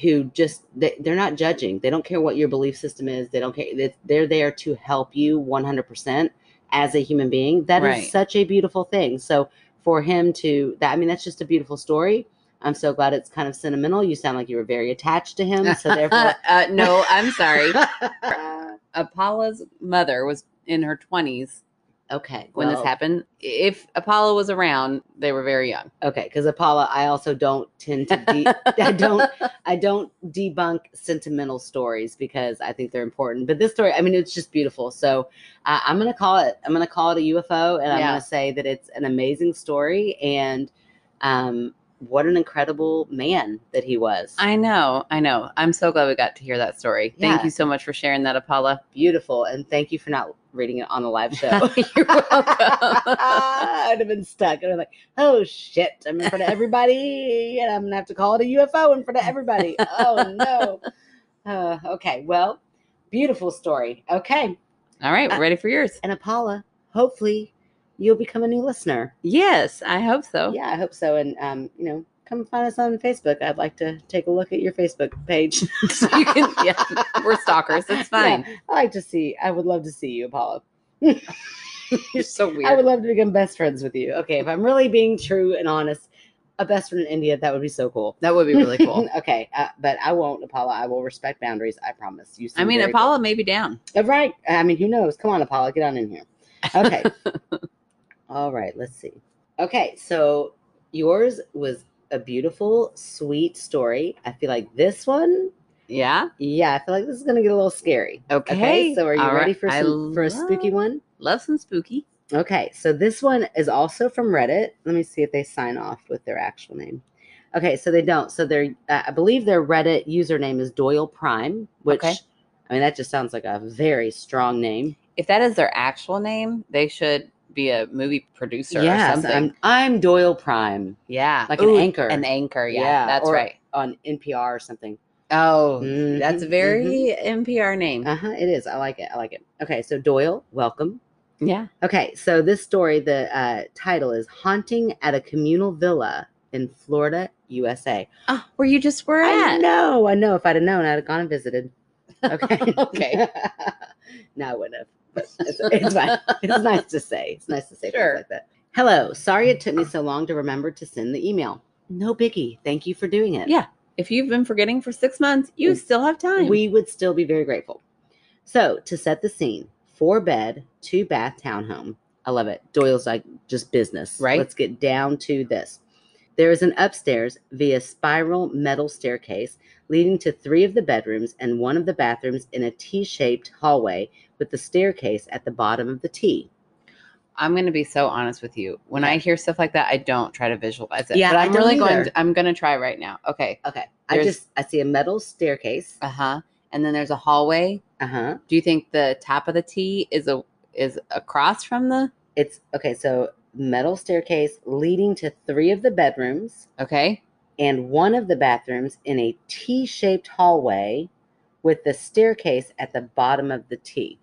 S2: who just they, they're not judging they don't care what your belief system is they don't care they- they're there to help you 100% as a human being That is
S1: Right.
S2: such a beautiful thing so for him to that i mean that's just a beautiful story i'm so glad it's kind of sentimental you sound like you were very attached to him so therefore
S1: uh, no, I'm sorry. Apollo's mother was in her 20s
S2: okay
S1: when this
S2: well,
S1: happened. If Apollo was around, they were very young.
S2: okay because apollo i also don't tend to de- i don't i don't debunk sentimental stories because i think they're important but this story i mean it's just beautiful so uh, i'm gonna call it i'm gonna call it a ufo and i'm
S1: Yeah.
S2: gonna say that it's an amazing story and um what an incredible man that he was
S1: I know. I know. I'm so glad we got to hear that story. Thank
S2: Yeah.
S1: you so much for sharing that, Apollo.
S2: beautiful and thank you for not reading it on the live show
S1: You're welcome.
S2: I'd have been stuck. I'd have been like, oh shit, I'm in front of everybody and I'm gonna have to call it a UFO in front of everybody. Oh no. Uh, okay, well, beautiful story. Okay,
S1: All right. We're ready for yours.
S2: and Apollo, hopefully you'll become a new listener.
S1: Yes, I hope so.
S2: Yeah, I hope so. And, um, you know, come find us on Facebook. I'd like to take a look at your Facebook page.
S1: So you can, yeah, we're stalkers. It's fine.
S2: Yeah, I like to see, I would love to see you, Apollo.
S1: You're so weird.
S2: I would love to become best friends with you. Okay, if I'm really being true and honest, a best friend in India, that would be so cool.
S1: that would be really cool.
S2: okay, uh, but I won't, Apollo. I will respect boundaries. I promise. You.
S1: I
S2: seem
S1: mean,
S2: very
S1: Apollo may be down.
S2: cool. Uh, Right. I mean, who knows? Come on, Apollo, get on in here. Okay. All right. Let's see. Okay, so yours was a beautiful, sweet story. I feel like this one.
S1: Yeah.
S2: Yeah, I feel like this is gonna get a little scary.
S1: Okay.
S2: so are you
S1: All
S2: ready
S1: right.
S2: for
S1: I
S2: some, for a spooky
S1: love-
S2: one?
S1: Love some spooky.
S2: Okay, so this one is also from Reddit. Let me see if they sign off with their actual name. Okay, so they don't. So their uh, I believe their Reddit username is Doyle Prime, which
S1: Okay.
S2: I mean that just sounds like a very strong name.
S1: If that is their actual name, they should be a movie producer or
S2: yes,
S1: something.
S2: I'm I'm Doyle Prime
S1: yeah.
S2: like an anchor.
S1: An anchor. Yeah.
S2: Yeah,
S1: that's
S2: or-
S1: right.
S2: on NPR or something.
S1: Oh, that's
S2: Mhm,
S1: a very NPR name.
S2: Uh huh. It is. I like it. I like it. Okay, so Doyle, welcome.
S1: yeah.
S2: Okay, so this story, the uh, title is "Haunting at a Communal Villa in Florida, USA."
S1: Oh, where you just were
S2: I
S1: at.
S2: know, I know. If I'd have known, I'd have gone and visited. Okay,
S1: Okay.
S2: no, I wouldn't have. But it's, it's fine. It's nice to say. It's nice to say
S1: Sure.
S2: things like that. Hello. Sorry it took me so long to remember to send the email. No biggie. Thank you for doing it.
S1: Yeah, If you've been forgetting for six months, you
S2: Mm.
S1: still have time.
S2: We would still be very grateful. So, to set the scene, four bed, two bath townhome. I love it. Doyle's like just business.
S1: Right.
S2: Let's get down to this. There is an upstairs via spiral metal staircase leading to three of the bedrooms and one of the bathrooms in a T shaped hallway with the staircase at the bottom of the T.
S1: I'm going to be so honest with you. When I
S2: Okay.
S1: hear stuff like that, I don't try to visualize it.
S2: Yeah,
S1: but
S2: I
S1: I'm
S2: don't
S1: really going.
S2: either.
S1: To, I'm going to try right now. Okay.
S2: Okay. I
S1: There's-
S2: just, I see a metal staircase.
S1: Uh huh. And then there's a hallway.
S2: Uh huh.
S1: Do you think the top of the T is a is across from the?
S2: It's okay. So, metal staircase leading to three of the bedrooms.
S1: Okay.
S2: and one of the bathrooms in a T shaped hallway with the staircase at the bottom of the T.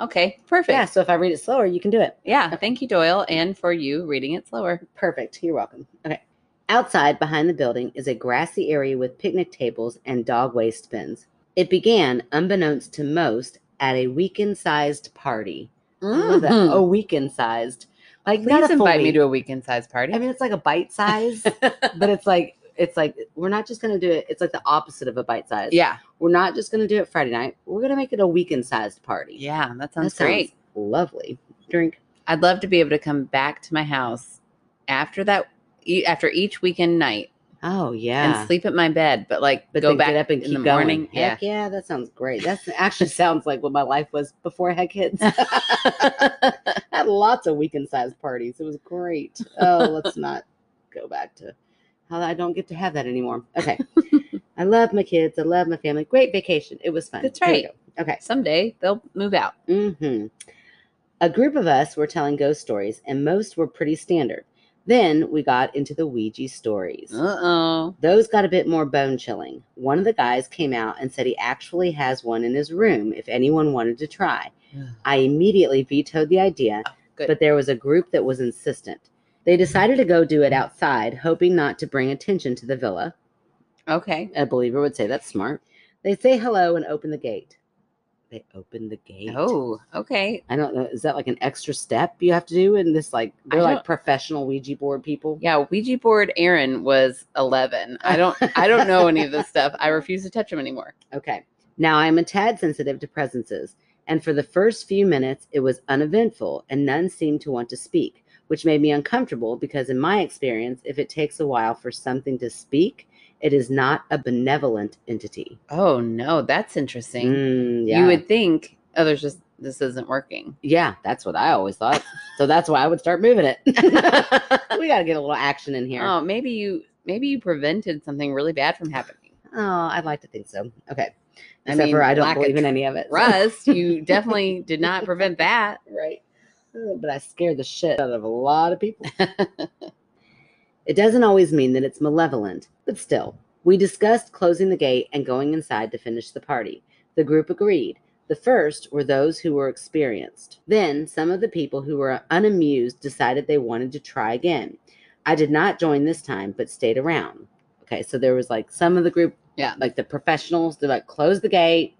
S1: Okay. Perfect.
S2: Yeah, so if I read it slower, you can do it.
S1: Yeah. Thank you, Doyle, and for you reading it slower.
S2: Perfect. You're welcome. Okay. Outside behind the building is a grassy area with picnic tables and dog waste bins. It began, unbeknownst to most, at a weekend sized party. I love that.
S1: Mhm.
S2: A weekend sized. Like,
S1: Please
S2: not a full
S1: invite me
S2: week.
S1: to a weekend size party.
S2: I mean, it's like a bite size, but it's like, it's like, we're not just going to do it. It's like the opposite of a bite size.
S1: yeah.
S2: We're not just going to do it Friday night. We're going to make it a weekend sized party.
S1: Yeah. That
S2: That
S1: sounds great.
S2: Lovely. Drink.
S1: I'd love to be able to come back to my house after that, e- after each weekend night
S2: Oh, yeah.
S1: and sleep at my bed, but like
S2: but
S1: go
S2: then
S1: back
S2: get up and
S1: in
S2: keep
S1: the
S2: going.
S1: morning.
S2: Heck yeah. that sounds great. That actually sounds like what my life was before I had kids. I had lots of weekend sized parties. It was great. Oh, let's not go back to how I don't get to have that anymore. Okay. I love my kids. I love my family. Great vacation. It was fun.
S1: That's
S2: Here we
S1: right.
S2: go. Okay.
S1: Someday they'll move out.
S2: Mm-hmm. A group of us were telling ghost stories, and most were pretty standard. Then we got into the Ouija stories.
S1: Uh oh.
S2: Those got a bit more bone chilling. One of the guys came out and said he actually has one in his room if anyone wanted to try. I immediately vetoed the idea,
S1: good.
S2: but there was a group that was insistent. They decided to go do it outside, hoping not to bring attention to the villa.
S1: Okay.
S2: A believer would say that's smart. They say hello and open the gate. They open the gate.
S1: Oh, okay.
S2: I don't know. Is that like an extra step you have to do in this? Like
S1: I
S2: they're like
S1: don't-
S2: professional Ouija board people.
S1: Yeah, Ouija board Aaron was 11. I don't I don't know any of this stuff. I refuse to touch him anymore.
S2: Okay. Now I am a tad sensitive to presences, and for the first few minutes it was uneventful, and none seemed to want to speak, which made me uncomfortable because, in my experience, if it takes a while for something to speak, it is not a benevolent entity.
S1: Oh, no, that's interesting.
S2: Mm, yeah.
S1: You would think, oh, there's just this isn't working.
S2: yeah, that's what I always thought. so that's why I would start moving it. we got to get a little action in here.
S1: Oh, maybe you maybe you prevented something really bad from happening.
S2: Oh, I'd like to think so. Okay.
S1: I
S2: Except for
S1: mean,
S2: I don't
S1: lack of
S2: believe in any of it. so-
S1: Russ, you definitely did not prevent that.
S2: right. Uh, But I scared the shit out of a lot of people. it doesn't always mean that it's malevolent, but still, we discussed closing the gate and going inside to finish the party. The group agreed. The first were those who were experienced. Then, some of the people who were unamused decided they wanted to try again. I did not join this time, but stayed around. Okay, so there was like some of the group,
S1: Yeah.
S2: like the professionals, they're like, close the gate.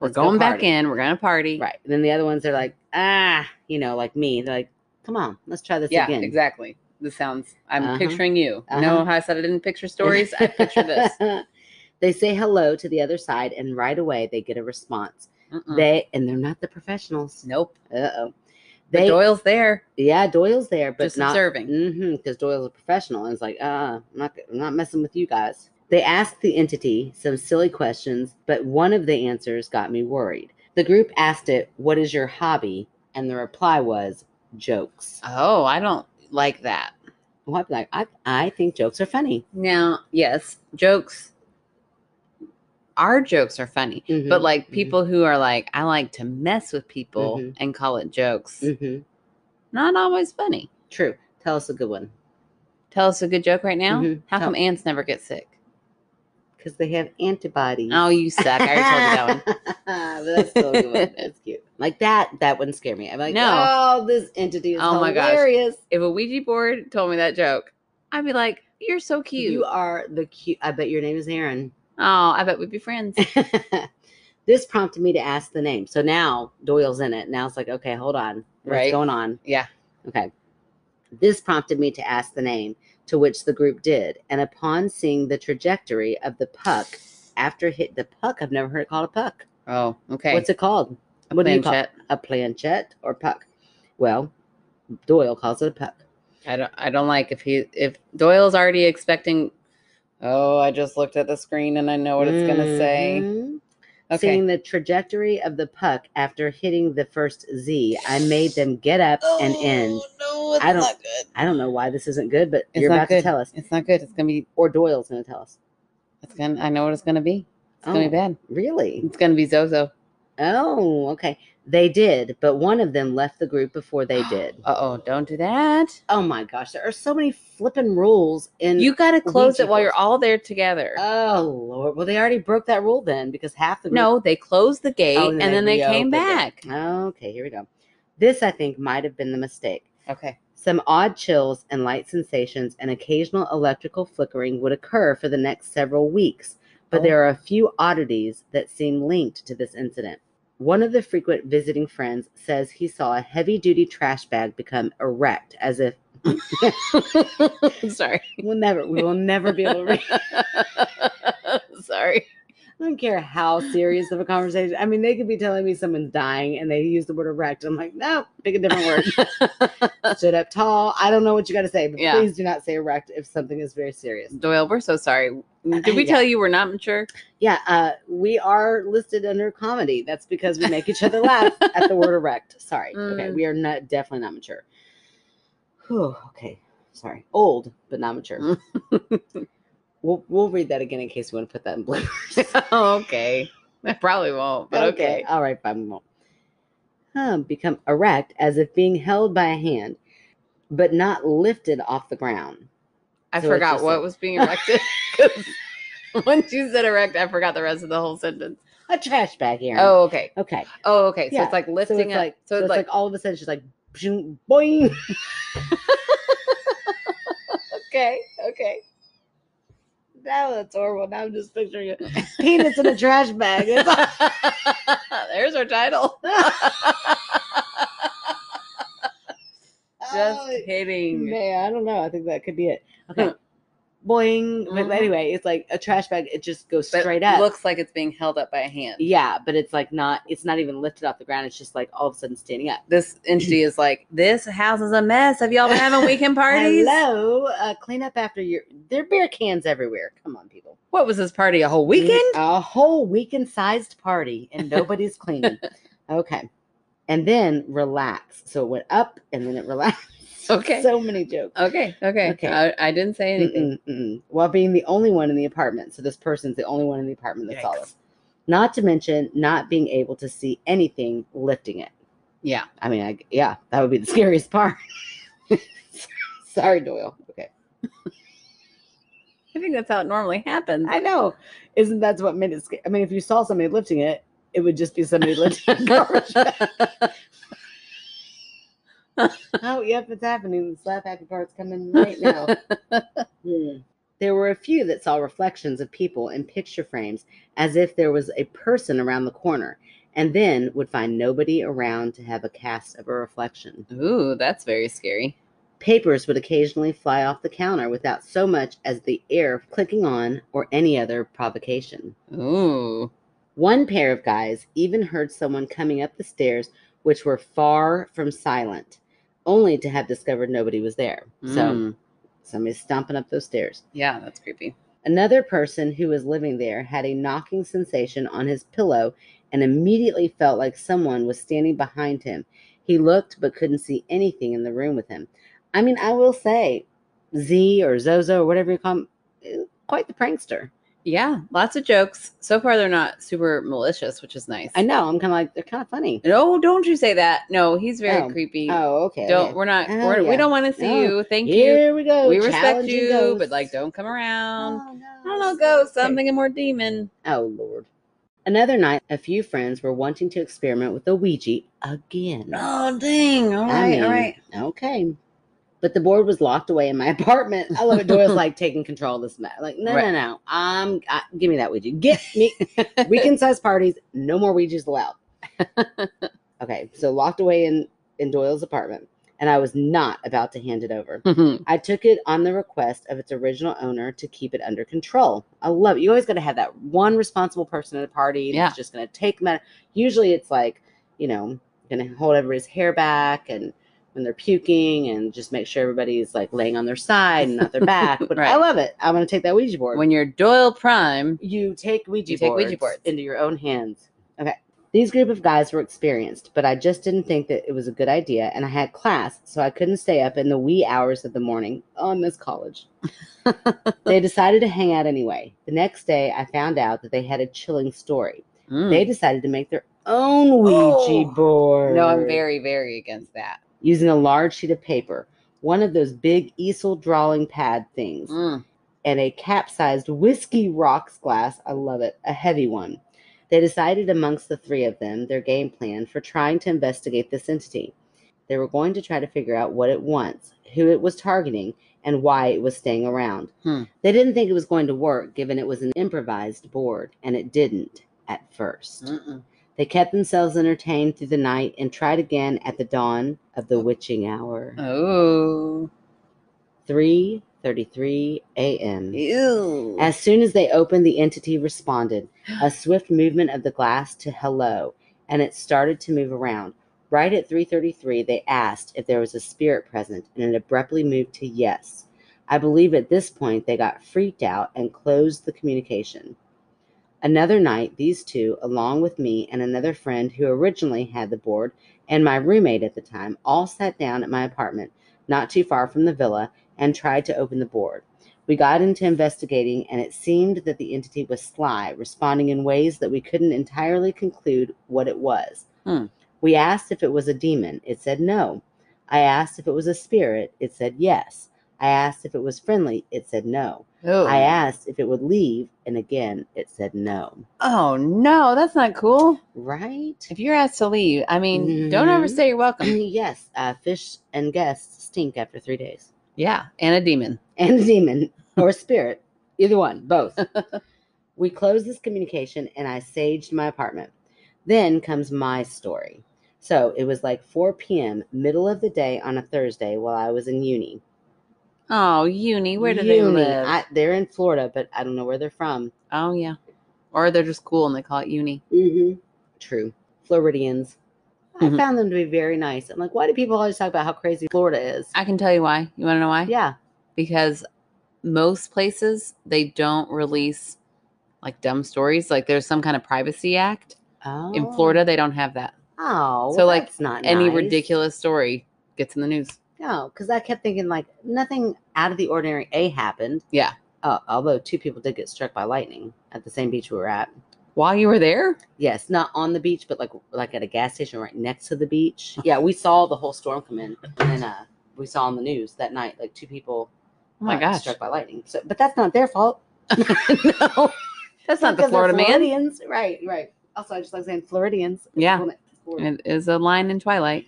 S1: We're
S2: let's go
S1: going back
S2: party."
S1: in. We're gonna party.
S2: Right. And then the other ones are like, ah, you know, like me. They're like, come on, let's try this
S1: yeah,
S2: again.
S1: exactly. This sounds. I'm
S2: Uh-huh.
S1: picturing you.
S2: Uh-huh.
S1: Know how I said I didn't picture stories? I picture this.
S2: they say hello to the other side, and right away they get a response.
S1: Mm-mm.
S2: They and they're not the professionals.
S1: nope.
S2: Uh oh.
S1: But
S2: They
S1: Doyle's there,
S2: yeah, Doyle's there, but
S1: just
S2: not
S1: observing.
S2: Mm-hmm. Because Doyle's a professional, and it's like, uh, uh I'm not, I'm not messing with you guys. They asked the entity some silly questions, but one of the answers got me worried. The group asked it, "What is your hobby?" And the reply was jokes.
S1: Oh, I don't like that.
S2: Well, I'd be like, I, I think jokes are funny.
S1: Now, yes, jokes. Our jokes are funny, but
S2: Mhm,
S1: like
S2: mhm.
S1: people who are like, I like to mess with people
S2: Mhm.
S1: and call it jokes,
S2: Mhm.
S1: not always funny.
S2: True. Tell us a good one.
S1: Tell us a good joke right now.
S2: Mhm.
S1: How
S2: Tell-
S1: come ants never get sick?
S2: Because they have antibodies.
S1: Oh, you suck. I already told you that one.
S2: but that's still a good one. That's cute. Like that, that wouldn't scare me. I'm like,
S1: No.
S2: oh, this entity is
S1: Oh my gosh.
S2: hilarious.
S1: If a Ouija board told me that joke, I'd be like, You're so cute.
S2: You are the cute. I bet your name is Aaron.
S1: oh, I bet we'd be friends.
S2: this prompted me to ask the name. So now Doyle's in it. Now it's like, okay, hold on. What's
S1: Right.
S2: going on?
S1: Yeah.
S2: Okay. This prompted me to ask the name, to which the group did. And upon seeing the trajectory of the puck after hit the puck, I've never heard it called a puck.
S1: Oh, okay.
S2: What's it called?
S1: a
S2: what do you call-
S1: planchette?
S2: A planchette or puck? Well, Doyle calls it a puck.
S1: I don't I don't like if he if Doyle's already expecting Oh, I just looked at the screen and I know what it's gonna say.
S2: Mhm.
S1: Okay.
S2: Seeing the trajectory of the puck after hitting the first Z, I made them get up and end.
S1: No, it's
S2: I don't-
S1: not good.
S2: I don't know why this isn't good, but
S1: It's
S2: you're
S1: not
S2: about
S1: good.
S2: to tell us,
S1: It's not good. It's gonna be
S2: or Doyle's going to tell us.
S1: it's gonna I know what it's gonna be. It's gonna
S2: Oh.
S1: be bad.
S2: Really?
S1: It's gonna be Zozo.
S2: Oh, okay. They did, but one of them left the group before they did.
S1: Uh oh, don't do that.
S2: Oh my gosh, there are so many flipping rules. And
S1: You gotta close
S2: Ouija
S1: it while you're
S2: boards.
S1: all there together.
S2: oh Lord, well they already broke that rule then because half the group
S1: no, they closed the gate
S2: Oh,
S1: and then they came
S2: reopened it.
S1: back.
S2: Okay, here we go. This I think might have been the mistake.
S1: Okay.
S2: Some odd chills and light sensations and occasional electrical flickering would occur for the next several weeks, but
S1: Oh.
S2: there are a few oddities that seem linked to this incident. One of the frequent visiting friends says he saw a heavy duty trash bag become erect as if
S1: I'm sorry.
S2: we'll never we will never be able to read.
S1: sorry.
S2: I don't care how serious of a conversation. I mean, they could be telling me someone's dying and they use the word erect. I'm like, no, pick a different word. stood up tall. I don't know what you got to say, but
S1: Yeah.
S2: please do not say erect if something is very serious.
S1: Doyle, we're so sorry. Did we
S2: Yeah.
S1: tell you we're not mature?
S2: Yeah, uh, we are listed under comedy. That's because we make each other laugh at the word erect. Sorry. Okay,
S1: Mm.
S2: we are not definitely not mature. Whew, okay, sorry. Old, but not mature. we'll, we'll read that again in case we want to put that in blue.
S1: okay. I probably won't, but okay.
S2: All right, fine, we won't. Huh, become erect as if being held by a hand, but not lifted off the ground.
S1: I
S2: So it's
S1: forgot
S2: just
S1: what
S2: like-
S1: was being erected. 'cause Once you said erect, I forgot the rest of the whole sentence.
S2: A trash bag here.
S1: Oh, okay.
S2: Okay.
S1: Oh, okay. So
S2: Yeah.
S1: it's like lifting
S2: so it's
S1: up.
S2: like
S1: so it's like,
S2: all of a sudden she's like "Pshing, boing.
S1: okay, okay.
S2: That was horrible. Now I'm just picturing it. Penis in a trash bag. It's all-
S1: There's our title. Just
S2: Oh,
S1: kidding.
S2: man, I don't know. I think that could be it. Okay. boing. But
S1: Mhm.
S2: anyway, it's like a trash bag. It just goes
S1: But
S2: straight up.
S1: Looks like it's being held up by a hand.
S2: yeah, but it's like not. It's not even lifted off the ground. It's just like all of a sudden standing up.
S1: This entity is like, this house is a mess. Have y'all been having weekend parties?
S2: Hello. Uh, clean up after your. There are beer cans everywhere. Come on, people.
S1: What was this party? A whole weekend?
S2: A whole weekend sized party and nobody's cleaning. Okay. And then relax. So it went up and then it relaxed.
S1: Okay.
S2: So many jokes.
S1: Okay. Okay.
S2: Okay.
S1: I, I didn't say anything.
S2: Mm-mm, mm-mm. While being the only one in the apartment. So this person's the only one in the apartment that saw
S1: Yikes.
S2: this. Not to mention not being able to see anything lifting it.
S1: Yeah.
S2: I mean, I, yeah, that would be the scariest part. Sorry, Doyle. Okay.
S1: I think that's how it normally happens.
S2: I know. Isn't that what made it? sca- I mean, if you saw somebody lifting it, it would just be somebody lifting a garbage bag. oh, yep, it's happening. The slap happy part's coming right now. Hmm. There were a few that saw reflections of people in picture frames as if there was a person around the corner, and then would find nobody around to have a cast of a reflection.
S1: Ooh, that's very scary.
S2: Papers would occasionally fly off the counter without so much as the air clicking on or any other provocation.
S1: Ooh.
S2: One pair of guys even heard someone coming up the stairs, which were far from silent, only to have discovered nobody was there. So
S1: Mm.
S2: somebody's stomping up those stairs.
S1: yeah, that's creepy.
S2: Another person who was living there had a knocking sensation on his pillow and immediately felt like someone was standing behind him He looked but couldn't see anything in the room with him. I mean, I will say, Z or Zozo or whatever you call him, eh, quite the prankster.
S1: Yeah, lots of jokes. So far, they're not super malicious, which is nice.
S2: I know. I'm kind of like they're kind of funny.
S1: No, don't you say that. No, he's very
S2: Oh.
S1: creepy.
S2: Oh, okay.
S1: Don't.
S2: okay.
S1: We're not.
S2: Oh,
S1: we're, We
S2: yeah.
S1: don't want to see
S2: No.
S1: you. Thank you.
S2: Here we go.
S1: We respect
S2: challenging
S1: you,
S2: ghosts.
S1: but like, don't come around.
S2: Oh,
S1: I don't know,
S2: no.
S1: ghost.
S2: Okay.
S1: I'm thinking more demon.
S2: Oh Lord. Another night, a few friends were wanting to experiment with the Ouija again.
S1: Oh dang! All
S2: I
S1: right, all
S2: mean,
S1: right.
S2: Okay. But the board was locked away in my apartment. I love it. Dora's like taking control of this mess. Like, no,
S1: Right.
S2: no, no. I'm I, give me that Ouija. Get me weekend size parties. No more Ouijas allowed. okay, so locked away in in Doyle's apartment, and I was not about to hand it over. I took it on the request of its original owner to keep it under control. I love it. You always got to have that one responsible person at a party
S1: Yeah.
S2: that's just going to take them. out. Usually it's like, you know, going to hold everybody's hair back and when they're puking and just make sure everybody's like laying on their side and not their back. But I
S1: Right.
S2: love it. I'm going to take that Ouija board.
S1: when you're Doyle Prime,
S2: You take Ouija,
S1: You take Ouija
S2: boards
S1: boards.
S2: into your own hands. Okay. These group of guys were experienced, but I just didn't think that it was a good idea, and I had class, so I couldn't stay up in the wee hours of the morning. Oh, I miss college. they decided to hang out anyway. The next day, I found out that they had a chilling story.
S1: Mm.
S2: They decided to make their own Ouija
S1: Oh.
S2: board.
S1: no, I'm very, very against that.
S2: Using a large sheet of paper, one of those big easel drawing pad things
S1: Mm.
S2: and a capsized whiskey rocks glass. I love it, a heavy one. They decided amongst the three of them their game plan for trying to investigate this entity. They were going to try to figure out what it wants, who it was targeting, and why it was staying around.
S1: Hmm.
S2: They didn't think it was going to work given it was an improvised board, and it didn't at first.
S1: Mm-mm.
S2: They kept themselves entertained through the night and tried again at the dawn of the witching hour.
S1: Oh,
S2: 3:33 a.m.
S1: ew.
S2: As soon as they opened, the entity responded, a swift movement of the glass to hello, and it started to move around. Right at 3:33, they asked if there was a spirit present, and it abruptly moved to yes. I believe at this point they got freaked out and closed the communication. Another night, these two, along with me and another friend who originally had the board and my roommate at the time, all sat down at my apartment, not too far from the villa, and tried to open the board. We got into investigating, and it seemed that the entity was sly, responding in ways that we couldn't entirely conclude what it was.
S1: Hmm.
S2: We asked if it was a demon. It said no. I asked if it was a spirit. It said yes. I asked if it was friendly. It said no.
S1: oh.
S2: I asked if it would leave, and again, it said no.
S1: oh no, that's not cool.
S2: Right?
S1: If you're asked to leave, I mean, don't ever
S2: Mhm.
S1: say you're welcome.
S2: yes, uh, fish and guests stink after three days.
S1: Yeah, and a demon.
S2: And a demon or a spirit, either one, both. we closed this communication and I saged my apartment. Then comes my story. So it was like 4 p.m., middle of the day on a Thursday while I was in uni.
S1: Oh, uni. Where do they
S2: Uni,
S1: live?
S2: I, they're in Florida, but I don't know where they're from.
S1: oh yeah, or they're just cool and they call it uni.
S2: Mm-hmm. True. Floridians. I
S1: Mhm.
S2: found them to be very nice. I'm like, why do people always talk about how crazy Florida is?
S1: I can tell you why. You want to know why?
S2: yeah.
S1: because most places they don't release like dumb stories. Like there's some kind of privacy act
S2: Oh.
S1: in Florida. They don't have that.
S2: Oh,
S1: So,
S2: well,
S1: like,
S2: that's not
S1: Any
S2: nice.
S1: ridiculous story gets in the news.
S2: No, because I kept thinking like nothing out of the ordinary a happened.
S1: Yeah.
S2: Uh, although two people did get struck by lightning at the same beach we were at.
S1: While you were there,
S2: Yes, not on the beach, but like like at a gas station right next to the beach. Yeah, we saw the whole storm come in, and then uh, we saw on the news that night like two people
S1: oh my
S2: uh,
S1: gosh,
S2: struck by lightning. So, but that's not their fault.
S1: no, that's not the
S2: Because they're
S1: Florida man.
S2: Floridians, right? Right. Also, I just like saying Floridians.
S1: Yeah,
S2: Florida.
S1: it is a line in Twilight.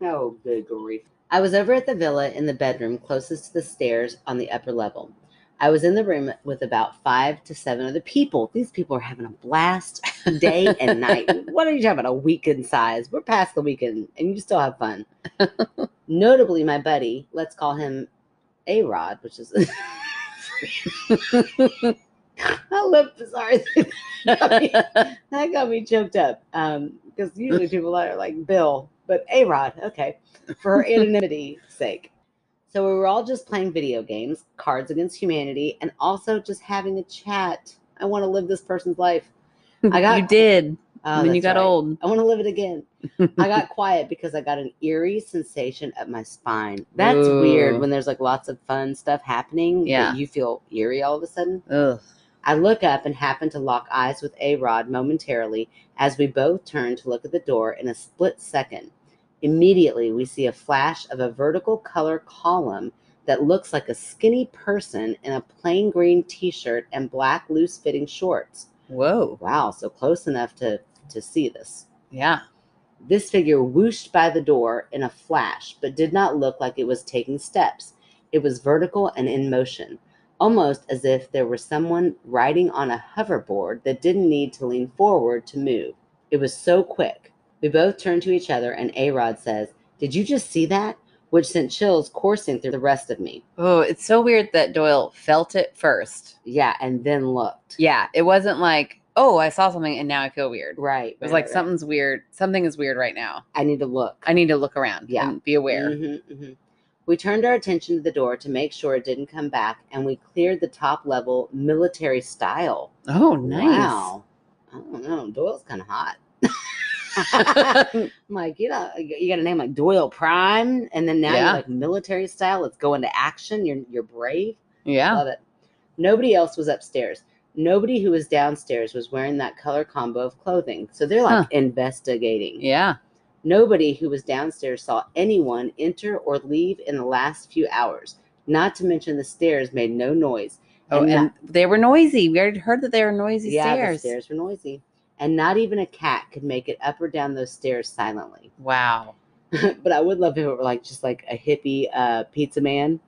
S2: Oh, good grief. I was over at the villa in the bedroom closest to the stairs on the upper level. I was in the room with about five to seven other people. These people are having a blast day and night. What are you talking about? A weekend size. We're past the weekend and you still have fun. Notably, my buddy, let's call him A Rod, which is. I love bizarre things. That got me choked up because usually people are like Bill, but A Rod, okay, for anonymity's sake. So we were all just playing video games, Cards Against Humanity, and also just having a chat. I want to live this person's life. I got-
S1: you did.
S2: Oh,
S1: when you
S2: that's
S1: got
S2: right.
S1: old.
S2: I want to live it again. I got quiet because I got an eerie sensation up my spine. That's
S1: Ooh.
S2: weird when there's like lots of fun stuff happening. but
S1: Yeah.
S2: you feel eerie all of a sudden.
S1: Ugh.
S2: I look up and happen to lock eyes with A Rod momentarily as we both turn to look at the door in a split second. Immediately, we see a flash of a vertical color column that looks like a skinny person in a plain green t shirt and black loose fitting shorts.
S1: Whoa.
S2: Wow, so close enough to, to see this.
S1: Yeah.
S2: This figure whooshed by the door in a flash, but did not look like it was taking steps. It was vertical and in motion, almost as if there were someone riding on a hoverboard that didn't need to lean forward to move. It was so quick. We both turned to each other, and Arod says, Did you just see that? Which sent chills coursing through the rest of me.
S1: Oh, it's so weird that Doyle felt it first.
S2: Yeah, and then looked.
S1: Yeah. It wasn't like, oh, I saw something and now I feel weird.
S2: Right.
S1: It was like something's weird. Something is weird right now.
S2: I need to look.
S1: I need to look around
S2: Yeah.
S1: and be aware.
S2: Mhm,
S1: mm-hmm.
S2: mhm. We turned our attention to the door to make sure it didn't come back, and we cleared the top level military style.
S1: Oh, nice.
S2: Wow. I don't know. Doyle's kind of hot. I'm like, you know, you got a name like Doyle Prime, and then now
S1: Yeah.
S2: you're like military style. Let's go into action. You're you're brave.
S1: yeah.
S2: Love it. Nobody else was upstairs. Nobody who was downstairs was wearing that color combo of clothing. So they're like
S1: Huh.
S2: investigating.
S1: Yeah.
S2: Nobody who was downstairs saw anyone enter or leave in the last few hours, not to mention the stairs made no noise.
S1: Oh,
S2: And
S1: and,
S2: that-
S1: they were noisy. We already heard that they were noisy
S2: yeah,
S1: stairs.
S2: the stairs were noisy. And not even a cat could make it up or down those stairs silently.
S1: Wow.
S2: but I would love if it were like just like a hippie uh, pizza man.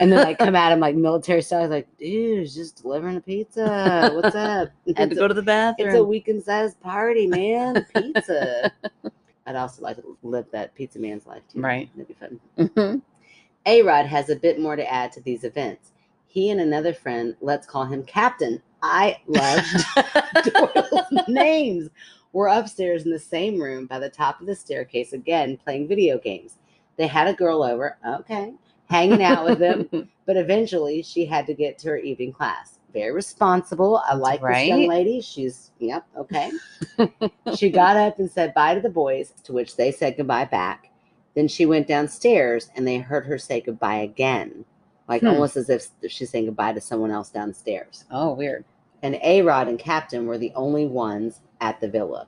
S2: And then like come at him like military style, he's like, dude, it's just delivering a pizza. What's up?
S1: Had
S2: It's
S1: to
S2: a-
S1: go to the bathroom.
S2: It's a weekend sized party, man. Pizza. I'd also like to live that pizza man's life too.
S1: Right.
S2: That'd be fun.
S1: Mhm.
S2: A Rod has a bit more to add to these events. He and another friend, let's call him Captain. I love Doyle's names. Were upstairs in the same room by the top of the staircase again, playing video games. They had a girl over, okay, hanging out with them, but eventually she had to get to her evening class. Very responsible. I like this young
S1: right.
S2: lady. She's, yep, okay. she got up and said bye to the boys, to which they said goodbye back. Then she went downstairs and they heard her say goodbye again, like
S1: Hmm.
S2: almost as if she's saying goodbye to someone else downstairs.
S1: oh, weird.
S2: And A Rod and Captain were the only ones at the villa.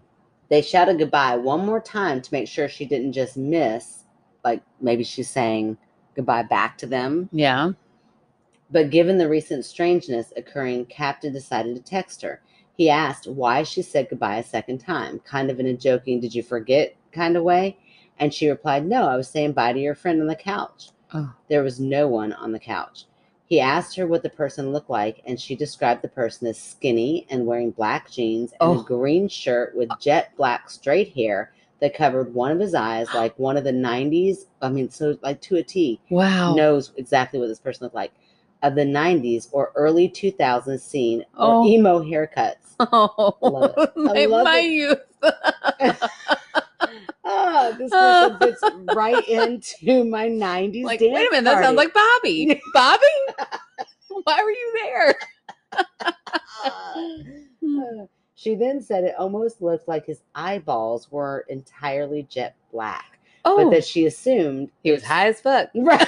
S2: They shouted goodbye one more time to make sure she didn't just miss, like maybe she's saying goodbye back to them.
S1: Yeah.
S2: But given the recent strangeness occurring, Captain decided to text her. He asked why she said goodbye a second time, kind of in a joking, did you forget kind of way? And she replied, no, I was saying bye to your friend on the couch.
S1: Oh.
S2: There was no one on the couch. He asked her what the person looked like, and she described the person as skinny and wearing black jeans and
S1: Oh.
S2: a green shirt with jet black straight hair that covered one of his eyes like one of the 90s. I mean, so like to a T
S1: Wow.
S2: knows exactly what this person looked like of the 90s or early 2000s scene
S1: Oh.
S2: or emo haircuts.
S1: Oh,
S2: Love it.
S1: my,
S2: I love
S1: my
S2: it.
S1: youth.
S2: Oh, this person fits right into my 90s.
S1: Like,
S2: dance
S1: wait a minute. That sounds
S2: party.
S1: like Bobby. Bobby? Why were you there?
S2: Ah. She then said it almost looked like his eyeballs were entirely jet black, but
S1: Oh,
S2: that she assumed
S1: he was
S2: it's-
S1: high as fuck.
S2: Right.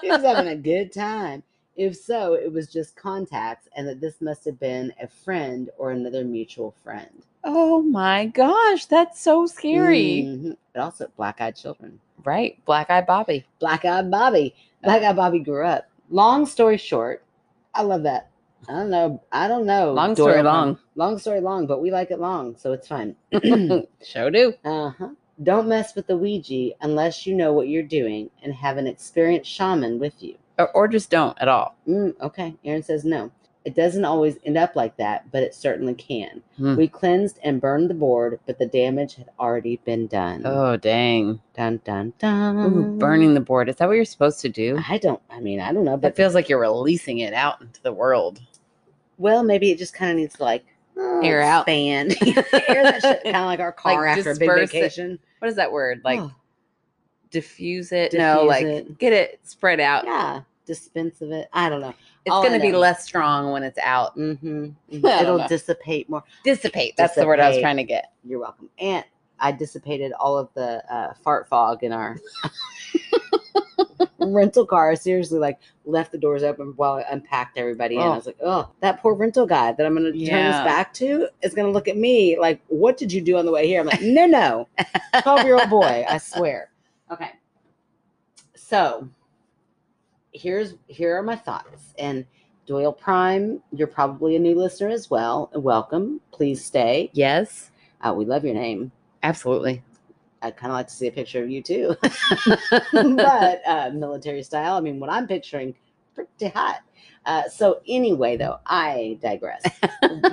S2: he was having a good time. If so, it was just contacts, and that this must have been a friend or another mutual friend.
S1: oh my gosh. That's so scary.
S2: Mhm. But also black eyed children.
S1: Right. Black Eyed Bobby.
S2: Black eyed Bobby. Black eyed Bobby grew up. Long story short, I love that. I don't know. I don't know.
S1: Long story
S2: Doyle.
S1: long.
S2: Long story long, but we like it long, so it's fine.
S1: Show do.
S2: Uh-huh. Don't mess with the Ouija unless you know what you're doing and have an experienced shaman with you.
S1: Or, or just don't at all.
S2: Mm, okay. Aaron says no. It doesn't always end up like that, but it certainly can.
S1: Hmm.
S2: We cleansed and burned the board, but the damage had already been done.
S1: Oh, dang.
S2: Dun dun dun.
S1: Ooh, burning the board. Is that what you're supposed to do?
S2: Mm. I don't. I mean, I don't know,
S1: That
S2: but
S1: feels like you're releasing it out into the world.
S2: well, maybe it just kind of needs to like oh,
S1: Air out.
S2: expand. air that shit, kind of like our car after a big
S1: disperse it.
S2: vacation.
S1: What is that word? Like
S2: Oh,
S1: diffuse it? no,
S2: Diffuse
S1: like
S2: it.
S1: get it spread out.
S2: yeah, dispense of it. I don't know.
S1: It's
S2: All I
S1: going to be
S2: know.
S1: less strong when it's out.
S2: Mm-hmm.
S1: don't
S2: It'll
S1: know.
S2: dissipate more.
S1: Dissipate. That's the word I was
S2: Dissipate.
S1: trying to get.
S2: You're welcome. And I dissipated all of the uh, fart fog in our rental car. I seriously like left the doors open while I unpacked everybody. And
S1: Oh.
S2: I was like, oh, that poor rental guy that I'm going to turn
S1: Yeah.
S2: his back to is going to look at me like, what did you do on the way here? I'm like, no, no. 12 year old boy, I swear. Okay. So here's here are my thoughts. And Doyle Prime, you're probably a new listener as well. Welcome. Please stay.
S1: Yes,
S2: Uh, we love your name.
S1: absolutely.
S2: I'd kind of like to see a picture of you too, but uh, military style. I mean, what I'm picturing, pretty hot. Uh, so anyway, though, I digress.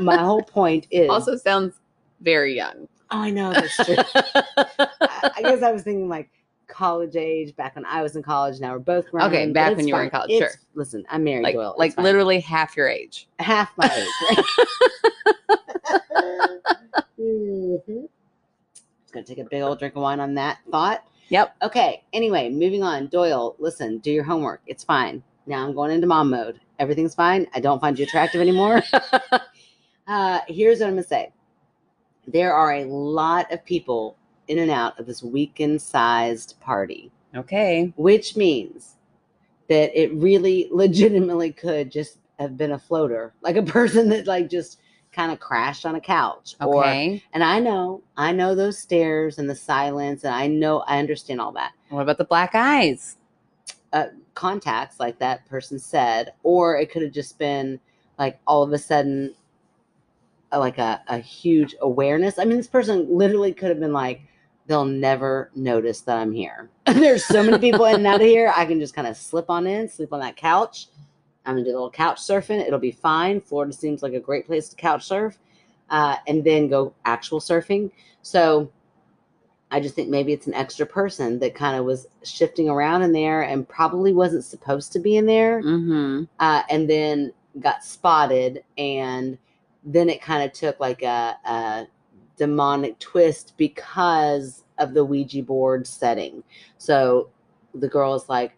S2: My whole point is.
S1: also sounds very young.
S2: oh, I know that's true. I, I guess I was thinking like college age back when I was in college. Now we're both grown.
S1: Okay,
S2: but
S1: back
S2: it's
S1: when you were in
S2: fine.
S1: college,
S2: It's-
S1: sure.
S2: Listen, I'm married.
S1: like
S2: Doyle.
S1: like
S2: It's fine.
S1: literally half your age.
S2: half my age. Mhm. Just gonna take a big old drink of wine on that thought.
S1: Yep.
S2: Okay. Anyway, moving on. Doyle, listen, do your homework. It's fine. Now I'm going into mom mode. Everything's fine. I don't find you attractive anymore. uh, here's what I'm gonna say. There are a lot of people in and out of this weekend-sized party
S1: Okay.
S2: which means that it really legitimately could just have been a floater, like a person that like just kind of crashed on a couch. Or,
S1: Okay.
S2: and I know, I know those stairs and the silence, and I know, I understand all that.
S1: what about the black eyes?
S2: Contacts, like that person said, or it could have just been like all of a sudden, uh, like a, a huge awareness. I mean, this person literally could have been like, they'll never notice that I'm here. There's so many people in and out of here. I can just kind of slip on in, sleep on that couch. I'm gonna do a little couch surfing. It'll be fine. Florida seems like a great place to couch surf, uh, and then go actual surfing. So I just think maybe it's an extra person that kind of was shifting around in there and probably wasn't supposed to be in there,
S1: Mm-hmm.
S2: uh, and then got spotted, and then it kind of took like a, a demonic twist because of the Ouija board setting. So the girl is like,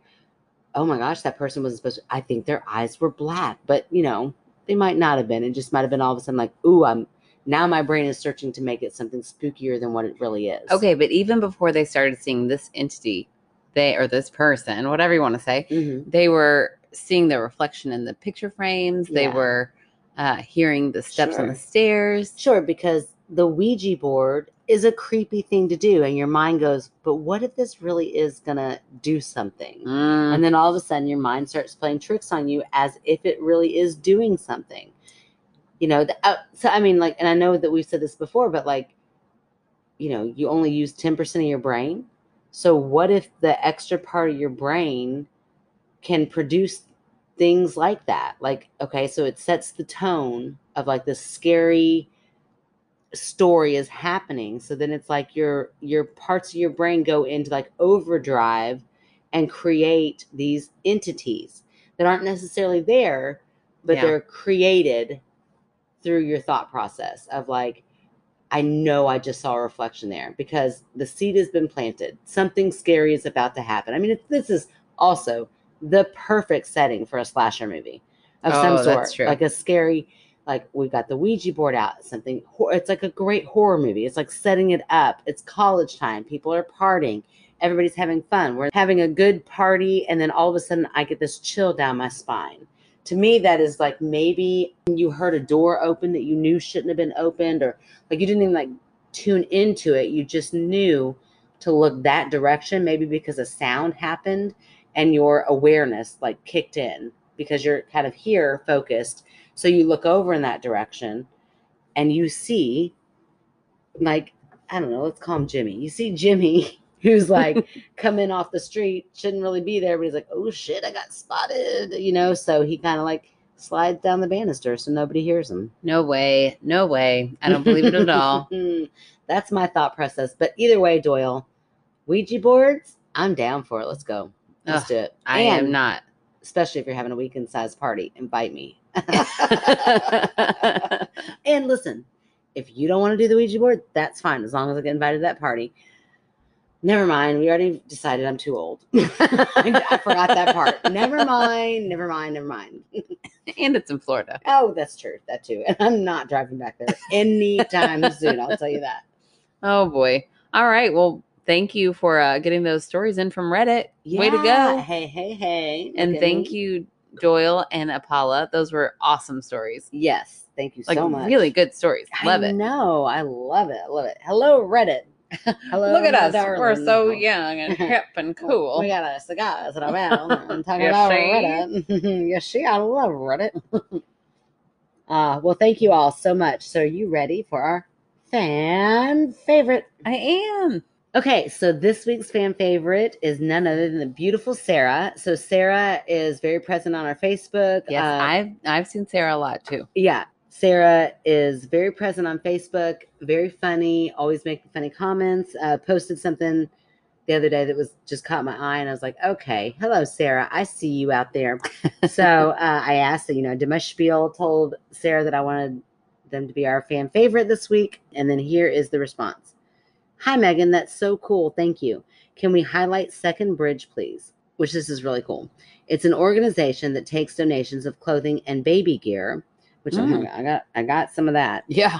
S2: oh my gosh, that person wasn't supposed to. I think their eyes were black, but you know, they might not have been. It just might have been all of a sudden like, ooh, I'm now my brain is searching to make it something spookier than what it really is.
S1: Okay, but even before they started seeing this entity, they or this person, whatever you want to say,
S2: Mhm.
S1: they were seeing their reflection in the picture frames. They
S2: Yeah.
S1: were uh, hearing the steps on
S2: Sure.
S1: the stairs.
S2: Sure, because the Ouija board is a creepy thing to do, and your mind goes, but what if this really is gonna do something?
S1: Mm,
S2: And then all of a sudden, your mind starts playing tricks on you as if it really is doing something. You know, the, uh, so I mean, like, and I know that we've said this before, but like, you know, you only use 10% of your brain. So, what if the extra part of your brain can produce things like that? Like, okay, so it sets the tone of like this scary story is happening. So then it's like your your parts of your brain go into like overdrive and create these entities that aren't necessarily there, but
S1: Yeah.
S2: they're created through your thought process of like, I know I just saw a reflection there because the seed has been planted. Something scary is about to happen. I mean, it, this is also the perfect setting for a slasher movie of some
S1: Oh,
S2: sort,
S1: that's true.
S2: like a scary. Like we've got the Ouija board out, something. hor- It's like a great horror movie. It's like setting it up. It's college time. People are partying everybody's having fun. We're having a good party, and then all of a sudden, I get this chill down my spine. To me, that is like maybe you heard a door open that you knew shouldn't have been opened, or like you didn't even like tune into it. You just knew to look that direction, maybe because a sound happened and your awareness like kicked in because you're kind of here focused. So you look over in that direction and you see like I don't know, let's call him Jimmy. You see Jimmy who's like come in off the street, shouldn't really be there, but he's like, Oh shit, I got spotted, you know, so he kinda like slides down the banister so nobody hears him.
S1: no way. No way. I don't believe it at all.
S2: Mm, That's my thought process. But either way, Doyle, Ouija boards, I'm down for it. Let's go. Let's
S1: Ugh,
S2: do it.
S1: I
S2: and
S1: am not.
S2: especially if you're having a weekend sized party, invite me.
S1: okay.
S2: And listen, if you don't want to do the Ouija board, that's fine as long as I get invited to that party. Never mind. We already decided I'm too old. I, I forgot that part. Never mind. Never mind. Never mind.
S1: And it's in Florida.
S2: Oh, that's true. That too. And I'm not driving back there anytime soon. I'll tell you that.
S1: Oh boy. All right. Well, thank you for uh, getting those stories in from Reddit. Way to
S2: Yeah.
S1: go.
S2: Hey, hey, hey. Look
S1: And
S2: at
S1: thank
S2: me.
S1: you, Doyle and Apollo. Those were awesome stories.
S2: Yes. Thank you
S1: Like
S2: so much.
S1: really good stories.
S2: I
S1: Love it.
S2: know. I love it. I love it. Hello, Reddit. Hello.
S1: Look at
S2: my
S1: us. We're
S2: darling. Oh.
S1: so young and hip and cool.
S2: We got a cigars in our mouth. I'm talking
S1: You
S2: about
S1: see?
S2: Reddit. you see, I love Reddit. uh, well, thank you all so much. So, are you ready for our fan favorite?
S1: I am.
S2: Okay, so this week's fan favorite is none other than the beautiful Sarah. So, Sarah is very present on our Facebook.
S1: Yes,
S2: Uh,
S1: I've I've seen Sarah a lot too.
S2: yeah. Sarah is very present on Facebook, very funny, always making funny comments. Uh, posted something the other day that was just caught my eye, and I was like, okay, hello, Sarah. I see you out there. so uh, I asked, you know, I did my spiel, told Sarah that I wanted them to be our fan favorite this week. And then here is the response Hi, Megan. That's so cool. Thank you. Can we highlight Second Bridge, please? Which this is really cool. It's an organization that takes donations of clothing and baby gear, which I'm- I got. I got some of that
S1: Yeah.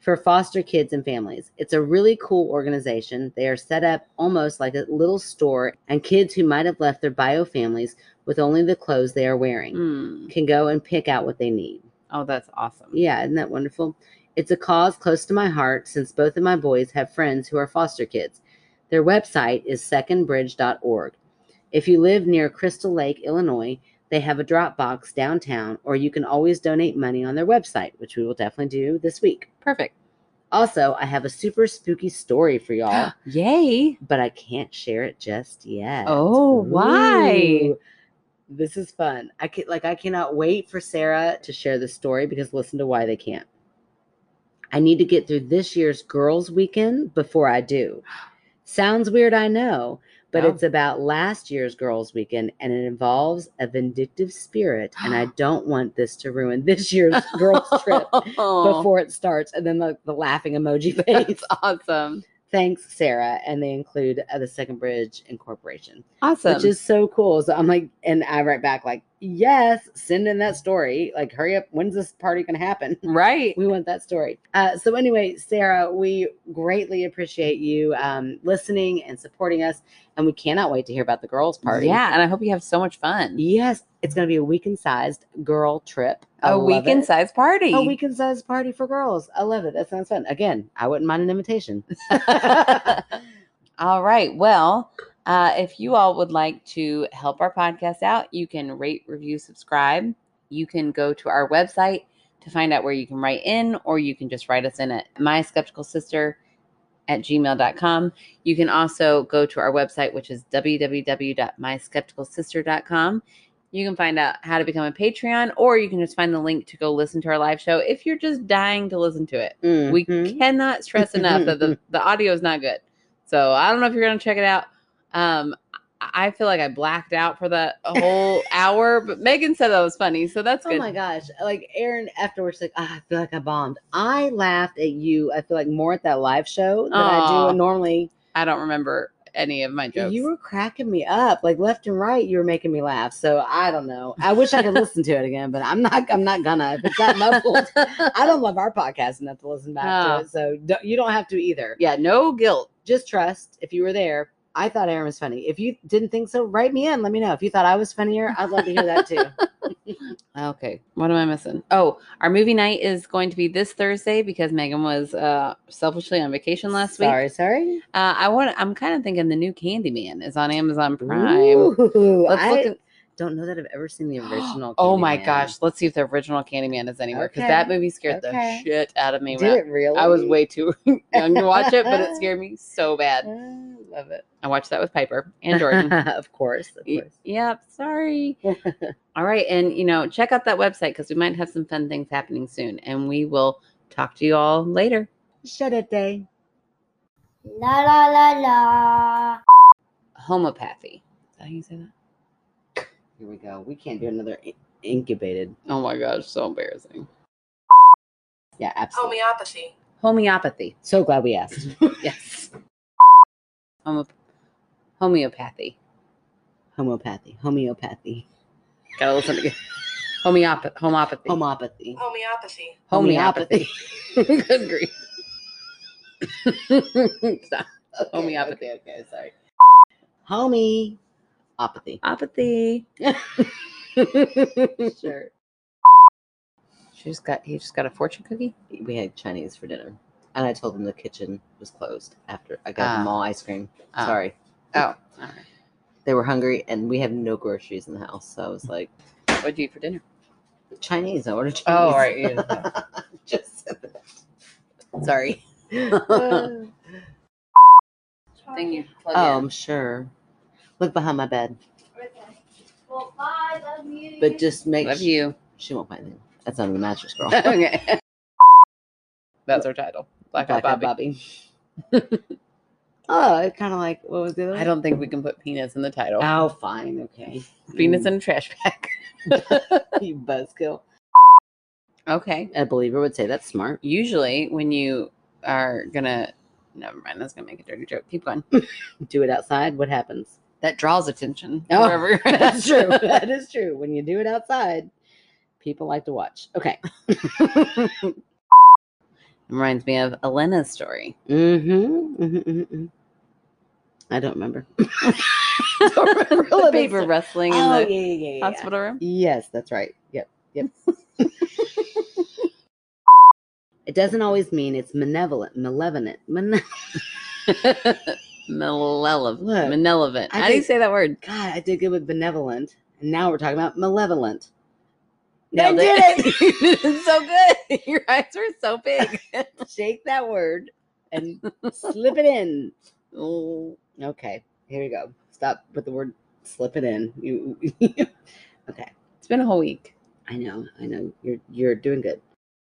S2: for foster kids and families. It's a really cool organization. They are set up almost like a little store, and kids who might have left their bio families with only the clothes they are wearing
S1: Mm.
S2: can go and pick out what they need.
S1: Oh, that's awesome.
S2: Yeah, isn't that wonderful? It's a cause close to my heart since both of my boys have friends who are foster kids. Their website is secondbridge.org. If you live near Crystal Lake, Illinois, they have a drop box downtown, or you can always donate money on their website, which we will definitely do this week.
S1: Perfect.
S2: Also, I have a super spooky story for y'all,
S1: Yay.
S2: but I can't share it just yet.
S1: Oh, why?
S2: Ooh, This is fun. I can like I cannot wait for Sarah to share this story because listen to why they can't. I need to get through this year's girls weekend before I do. Sounds weird, I know, but
S1: No.
S2: it's about last year's girls weekend and it involves a vindictive spirit and I don't want this to ruin this year's girls trip
S1: Oh,
S2: before it starts and then the, the laughing emoji face.
S1: That's awesome.
S2: Thanks, Sarah. And they include uh, the Second Bridge Incorporation,
S1: Awesome.
S2: which is so cool. So I'm like, and I write back, like, yes, send in that story. Like, hurry up. When's this party going to happen?
S1: right.
S2: We want that story. Uh, so, anyway, Sarah, we greatly appreciate you um, listening and supporting us. And we cannot wait to hear about the girls' party.
S1: Yeah, and I hope you have so much fun.
S2: Yes, it's going to be a weekend sized girl trip. I
S1: a
S2: love
S1: weekend
S2: it.
S1: size party.
S2: A weekend sized party for girls. I love it. That sounds fun. Again, I wouldn't mind an invitation.
S1: All right. Well, uh, if you all would like to help our podcast out, you can rate, review, subscribe. You can go to our website to find out where you can write in, or you can just write us in at my skeptical sister at gmail.com. You can also go to our website, which is www.myskepticalsister.com. You can find out how to become a Patreon, or you can just find the link to go listen to our live show if you're just dying to listen to it. We
S2: Mhm.
S1: cannot stress enough that
S2: Mm-hmm.
S1: the, the audio is not good. So I don't know if you're going to check it out. Um, I I feel like I blacked out for the whole hour, but Megan said that was funny. So that's good.
S2: Oh my gosh. Like Aaron afterwards, like, "Ah, I feel like I bombed. I laughed at you. I feel like more at that live show than I
S1: Aw.
S2: do normally.
S1: I don't remember any of my jokes.
S2: You were cracking me up, like left and right. You were making me laugh. So I don't know. I wish I could listen to it again, but I'm not. I'm not gonna. If it's that muffled, I don't love our podcast enough to listen back
S1: Oh.
S2: to it. So don't, you don't have to either.
S1: yeah, no guilt.
S2: Just trust. If you were there, I thought Aaron was funny. If you didn't think so, write me in. Let me know. If you thought I was funnier, I'd love to hear that too.
S1: Okay, what am I missing? Oh, our movie night is going to be this Thursday because Megan was uh, selfishly on vacation last week.
S2: sorry, sorry.
S1: Uh, I want. I'm kind of thinking the new Candyman is on Amazon Prime.
S2: Ooh,
S1: Let's
S2: I-
S1: look at
S2: don't know that I've ever seen the original.
S1: oh my
S2: Candyman.
S1: gosh! Let's see if the original Candyman is anywhere because that
S2: Okay,
S1: movie scared
S2: okay.
S1: the shit out of me.
S2: Did
S1: when I-
S2: it really?
S1: I was way too young to watch it, but it scared me so
S2: Ah,
S1: bad.
S2: love it.
S1: I watched that with Piper and Jordan.
S2: of course, of
S1: Y-
S2: course.
S1: Yep, sorry. All right, and you know, check out that website because we might have some fun things happening soon, and we will talk to you all later.
S2: Shut it, day.
S3: La la la la.
S1: Homopathy. Did I even say that?
S2: Here we go. We can't do another in- incubated.
S1: Oh my gosh, so embarrassing.
S2: Yeah, absolutely.
S4: Homeopathy.
S1: Homeopathy.
S2: so glad we asked.
S1: Yes. Homo- homeopathy.
S2: Homeopathy. Homeopathy.
S1: Gotta listen again. Homeop- homopathy.
S2: Homopathy.
S4: Homeopathy.
S1: homeopathy. Good grief. Stop.
S2: Okay,
S1: Homeopathy.
S2: Okay, okay, sorry. Homeopathy.
S1: Apathy.
S2: sure.
S1: She just got. He just got a fortune cookie.
S2: We had Chinese for dinner, and I told them the kitchen was closed after I got them
S1: Ah.
S2: all ice cream.
S1: Oh.
S2: Sorry,
S1: Oh, all right.
S2: they were hungry, and we have no groceries in the house, so I was like,
S1: What'd you eat for dinner?
S2: Chinese. I ordered Chinese.
S1: Oh, all right. you-
S2: Just said that. sorry.
S3: Mm.
S1: Uh,
S2: oh,
S1: Thing you Oh, plug in.
S2: I'm Um, sure. Look behind my bed,
S3: Okay. Well, bye. Love you.
S2: but just make
S1: Love
S2: su-
S1: you.
S2: She won't find it. That's under the mattress, girl.
S1: okay. That's our title. Black Eyed
S2: Black Eyed
S1: Bobby.
S2: Bobby. oh, it's kind of like what was the other?
S1: I don't think we can put peanuts in the title.
S2: One? Oh, fine, okay.
S1: Peanuts in a trash bag.
S2: you buzzkill.
S1: okay.
S2: A believer would say that's smart.
S1: Usually, when you are gonna, never mind. That's gonna make a dirty joke. Keep going.
S2: Do it outside. What happens?
S1: That draws attention.
S2: Oh,
S1: wherever you're at.
S2: That's true. that is true. When you do it outside, people like to watch. Okay.
S1: Reminds me of Elena's story.
S2: Mm-hmm. mm-hmm, mm-hmm. I don't remember.
S1: the
S2: remember
S1: paper
S2: Elena's story.
S1: wrestling
S2: Oh,
S1: in the
S2: yeah, yeah, yeah, yeah, yeah.
S1: hospital room.
S2: Yes, that's right. Yep. Yep. it doesn't always mean it's malevolent, malevolent, malevolent.
S1: Malevolent.
S2: Look,
S1: Malevolent.
S2: I
S1: How do you
S2: think-
S1: say that word?
S2: God, I did good with benevolent. And now we're talking about malevolent.
S1: Nailed
S2: I
S1: it. It's so good. Your eyes were so big.
S2: Shake that word and slip it in. Mm, Okay, here we go. Stop with the word slip it in. You,
S1: It's been a whole week.
S2: I know, I know. You're you're doing good.